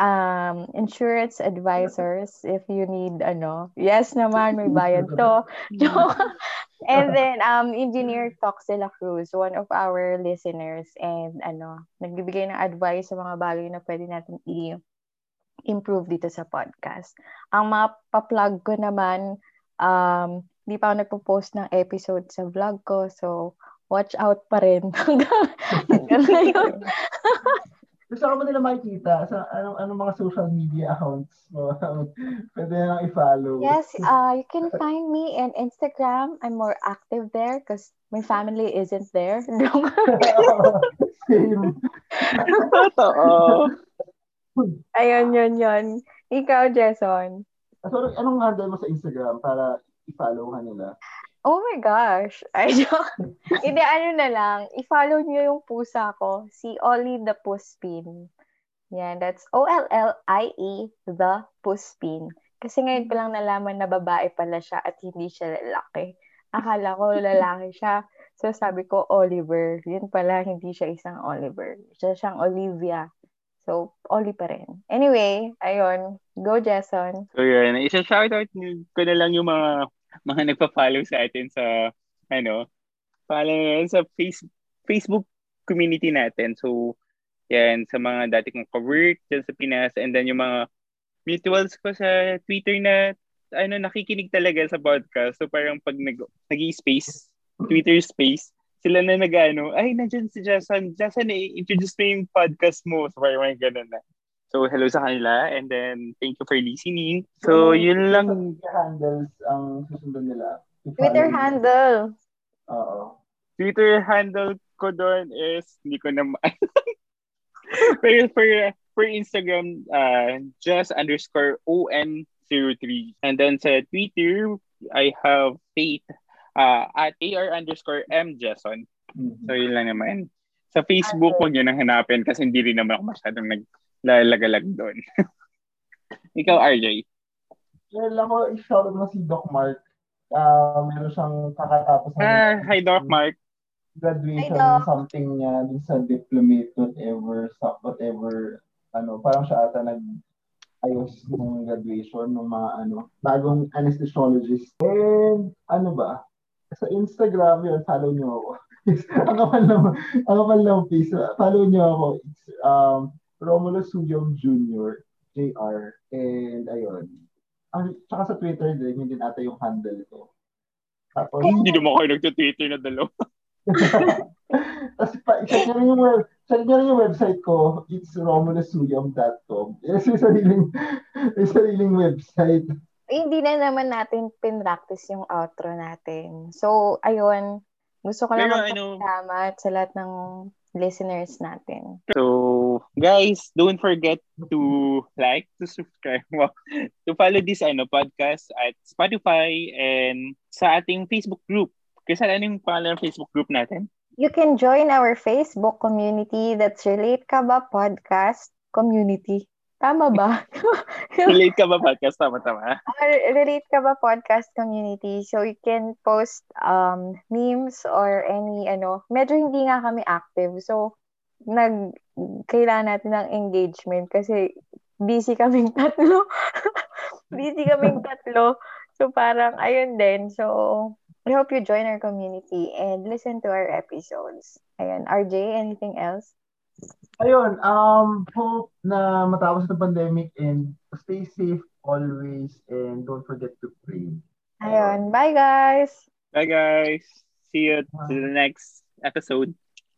um, insurance advisors if you need ano. Yes naman, may bayad to. Joke. And then um engineer Talks de la Cruz, one of our listeners and ano, nagbibigay ng advice sa mga bagay na pwede natin i- improve dito sa podcast. Ang mapaplug ko naman um di pa ako nagpo-post ng episode sa vlog ko. So watch out pa rin. Hanggang ngayon. So, saan ka ba nila makikita? Sa anong, anong mga social media accounts mo? Pwede na lang i-follow. Yes, uh, you can find me in Instagram. I'm more active there because my family isn't there. Same. Totoo. Ayun, yun, yun. Ikaw, Jason. So, anong handle mo sa Instagram para i-follow ka nila? Oh my gosh. I joke. Hindi, ano na lang. I-follow niyo yung pusa ko. Si Ollie the Puspin. Yan, that's O-L-L-I-E E the Puspin. Kasi ngayon ko lang nalaman na babae pala siya at hindi siya lalaki. Akala ko lalaki siya. So sabi ko, Oliver. Yun pala, hindi siya isang Oliver. Siya siyang Olivia. So, Ollie pa rin. Anyway, ayun. Go, Jason. So yun, isa-shoutout nyo- ko na lang yung mga mga nagpa-follow sa atin sa ano, follow na lang sa face, Facebook community natin. So, yan, sa mga dati kong ka-work dyan sa Pinas and then yung mga mutuals ko sa Twitter na ano, nakikinig talaga sa podcast. So, parang pag nag, nag space Twitter space, sila na nag ano, ay, nandiyan si Jason. Jason, eh, introduce mo yung podcast mo. So, parang mga ganun na. So, hello sa kanila and then thank you for listening. So, yun lang. Social media handles ang susundan nila. I-follow Twitter nila. handle. Oo. Twitter handle ko doon is hindi ko na ma- Pero for, for Instagram, uh, just underscore ON03. And then sa Twitter, I have Faith uh, at AR underscore M Jason. Mhm. So yun lang naman. Sa Facebook, huwag nyo nang hanapin kasi hindi rin naman ako masyadong naglalagalag doon. Ikaw, RJ. Well, ako, i-shout mo si Doc Mark. Ah, meron siyang kakatapos ng Ah, hi, Doc Mark. graduation Hi, Doc. something niya dun sa diplomate, whatever, sa whatever, ano, parang siya ata nag ayos ng graduation ng mga ano, bagong anesthesiologist. And ano ba? Sa Instagram yun, follow niyo ako. ang kapal lang, ang kapal lang please. Follow niyo ako. It's um, Romulus Suyong Jr. JR. And ayun. Ang, tsaka sa Twitter din, yun din ata yung handle ko. Tapos, Hindi naman ako nagtitwitter na dalawa. Tapos, pa, check nyo rin yung, web, check nyo rin yung website ko. It's romulusuyam.com. Yes, may sariling, may sariling website. Eh, hindi na naman natin pinractice yung outro natin. So, ayun. Gusto ko lang Pero ano- magpasalamat sa lahat ng listeners natin. So, guys, don't forget to like, to subscribe, wow, to follow this ano, podcast at Spotify and sa ating Facebook group. Kasi ano yung pangalan ng Facebook group natin? You can join our Facebook community that's Relate Ka Ba Podcast Community. Tama ba? Relate ka ba podcast? Tama, tama. Or relate ka ba podcast community? So you can post um memes or any ano. Medyo hindi nga kami active. So nag kailangan natin ng engagement kasi busy kaming tatlo. busy kaming tatlo. So parang ayun din. So I hope you join our community and listen to our episodes. Ayan, RJ, anything else? Ayun, um, hope na matapos ng pandemic and stay safe always and don't forget to pray. Ayun, bye guys! Bye, guys. See you to the next episode.